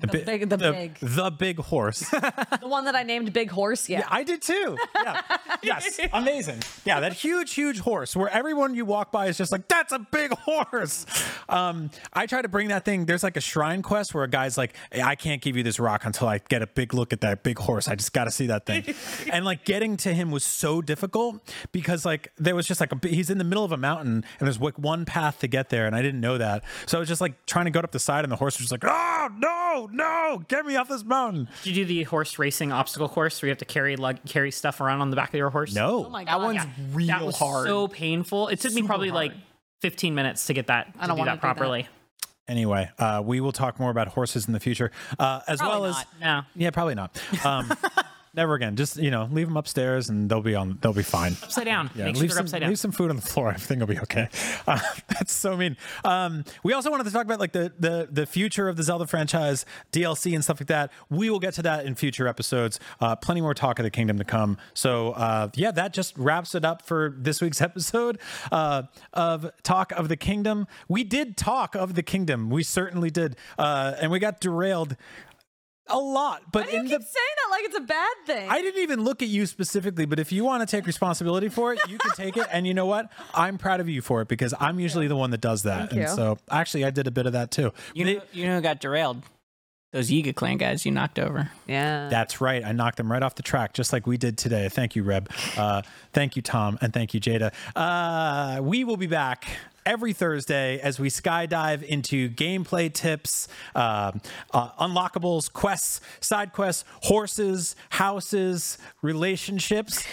Speaker 1: The, bi-
Speaker 3: big- the big.
Speaker 1: the big horse.
Speaker 3: The one that I named Big Horse, yeah. Oh
Speaker 1: I did too. Yeah. yes. Amazing. Yeah, that huge, huge horse where everyone you walk by is just like, that's a big horse. Um, I try to bring that thing. There's like a shrine quest where a guy's like, "Hey, I can't give you this rock until I get a big look at that big horse. I just got to see that thing. and like getting to him was so difficult because like there was just like a, b- he's in the middle of a mountain and there's like one path to get there. And I didn't know that. So I was just like trying to go up the side and the horse was just like, oh, no, no, get me off this mountain.
Speaker 2: Did you do the horse racing obstacle course where you have to carry lug carry stuff around on the back of your horse?
Speaker 1: No.
Speaker 4: that one's real
Speaker 2: Uh, that was
Speaker 4: hard.
Speaker 2: so painful. It took me probably like 15 minutes to get that to
Speaker 3: don't
Speaker 2: do that
Speaker 3: wanna do that.
Speaker 2: properly.
Speaker 1: anyway uh, we will talk more about horses in the future uh, as
Speaker 4: Probably
Speaker 1: well as
Speaker 2: No.
Speaker 1: yeah probably not um, <laughs> never again just you know leave them upstairs and they'll be on they'll be fine
Speaker 2: Upside down.
Speaker 1: yeah,
Speaker 2: Make sure
Speaker 1: leave,
Speaker 2: they're
Speaker 1: some,
Speaker 2: upside down.
Speaker 1: leave some food on the floor. <laughs> Everything will be okay. Uh, <laughs> that's so mean. Um, we also wanted to talk about like the, the the future of the Zelda franchise, DLC and stuff like that. We will get to that in future episodes. Uh, plenty more talk of the kingdom to come. So uh, yeah, that just wraps it up for this week's <laughs> episode uh, of Talk of the Kingdom. We did talk of the kingdom. We certainly did, uh, and we got derailed a lot. But
Speaker 3: Why do you
Speaker 1: in
Speaker 3: keep
Speaker 1: the
Speaker 3: saying that like it's a bad thing?
Speaker 1: I didn't even look at you specifically, but if you want to take responsibility for it, you can take it. And you know what? I'm proud of you for it because I'm usually the one that does that.
Speaker 3: Thank
Speaker 1: and
Speaker 3: you.
Speaker 1: so actually, I did a bit of that too.
Speaker 4: You know, you know who got derailed? Those Yiga clan guys you knocked over.
Speaker 3: yeah.
Speaker 1: That's right. I knocked them right off the track, just like we did today. Thank you, Reb. Uh, thank you, Tom. And thank you, Jada. Uh, we will be back every Thursday as we skydive into gameplay tips, um, uh, unlockables, quests, side quests, horses, houses, relationships,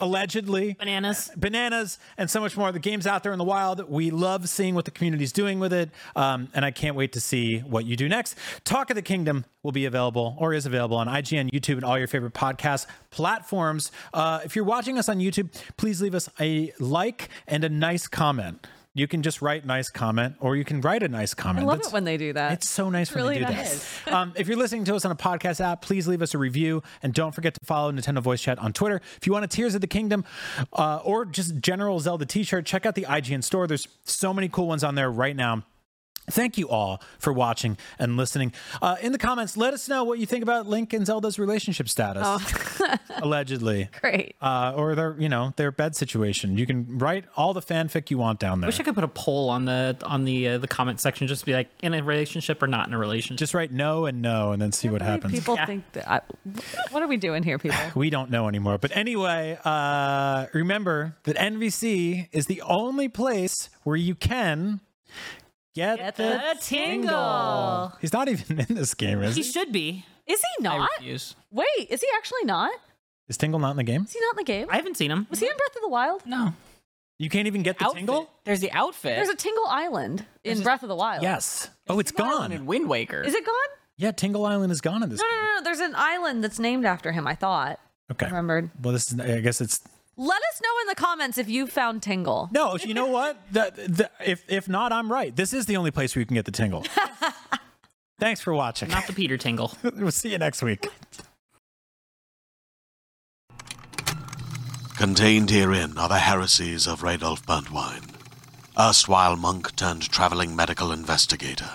Speaker 1: allegedly.
Speaker 2: Bananas.
Speaker 1: bananas and so much more the game's out there in the wild we love seeing what the community's doing with it um, and i can't wait to see what you do next talk of the kingdom will be available or is available on ign youtube and all your favorite podcast platforms uh, if you're watching us on youtube please leave us a like and a nice comment you can just write nice comment or you can write a nice
Speaker 3: I
Speaker 1: comment
Speaker 3: love
Speaker 1: That's-
Speaker 3: it when they do that.
Speaker 1: it's so nice when
Speaker 3: really
Speaker 1: they do
Speaker 3: nice.
Speaker 1: that. um, if you're listening to us on a podcast app, please leave us a review and don't forget to follow Nintendo Voice Chat on Twitter. If you want a Tears of the Kingdom uh, or just general Zelda T-shirt, check out the IGN store. There's so many cool ones on there right now. Thank you all for watching and listening. Uh, in the comments, let us know what you think about Link and Zelda's relationship status, <laughs> allegedly,
Speaker 3: Great.
Speaker 1: uh, or their you know their bed situation. You can write all the fanfic you want down there.
Speaker 2: Wish I could put a poll on the on the uh, the comment section, just be like, in a relationship or not in a relationship.
Speaker 1: Just write no and no, and then see what happens.
Speaker 3: People think that. I, what are we doing
Speaker 1: <laughs>
Speaker 3: here, people?
Speaker 1: We don't know anymore. But anyway, uh, remember that NVC is the only place where you can get,
Speaker 2: Get the tingle.
Speaker 1: He's not even in this game, is
Speaker 2: He
Speaker 1: he?
Speaker 2: should be.
Speaker 3: Is he
Speaker 2: I
Speaker 3: not?
Speaker 2: refuse.
Speaker 3: Wait, is he actually not?
Speaker 1: Is Tingle not in the game?
Speaker 3: Is he not in the game?
Speaker 2: I haven't seen him.
Speaker 3: Was he in Breath of the Wild?
Speaker 2: No.
Speaker 1: You can't even get the
Speaker 4: Outfit.
Speaker 1: tingle?
Speaker 4: There's the outfit.
Speaker 3: There's a Tingle Island in Breath of the Wild.
Speaker 1: Yes. Oh, it's
Speaker 4: Island
Speaker 1: gone.
Speaker 4: in Wind Waker.
Speaker 3: Is it gone?
Speaker 1: Yeah, Tingle Island is gone in this
Speaker 3: No, no,
Speaker 1: game.
Speaker 3: no, no. There's an island that's named after him. I thought.
Speaker 1: Okay.
Speaker 3: Remembered.
Speaker 1: Well, this is, I guess it's.
Speaker 3: Let us know in the comments if you found Tingle.
Speaker 1: No, you know what? The, the, if, if not, I'm right. This is the only place where you can get the tingle. Thanks for watching.
Speaker 2: Not the Peter Tingle.
Speaker 1: <laughs> we'll see you next week.
Speaker 6: Contained herein are the heresies of Radolf Burntwine, erstwhile monk turned traveling medical investigator.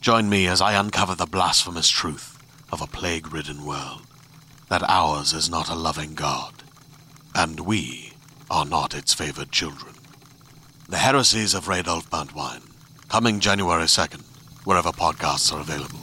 Speaker 6: Join me as I uncover the blasphemous truth of a plague ridden world that ours is not a loving God, and we are not its favored children. The heresies of Radolf Burntwine, coming January 2nd, wherever podcasts are available.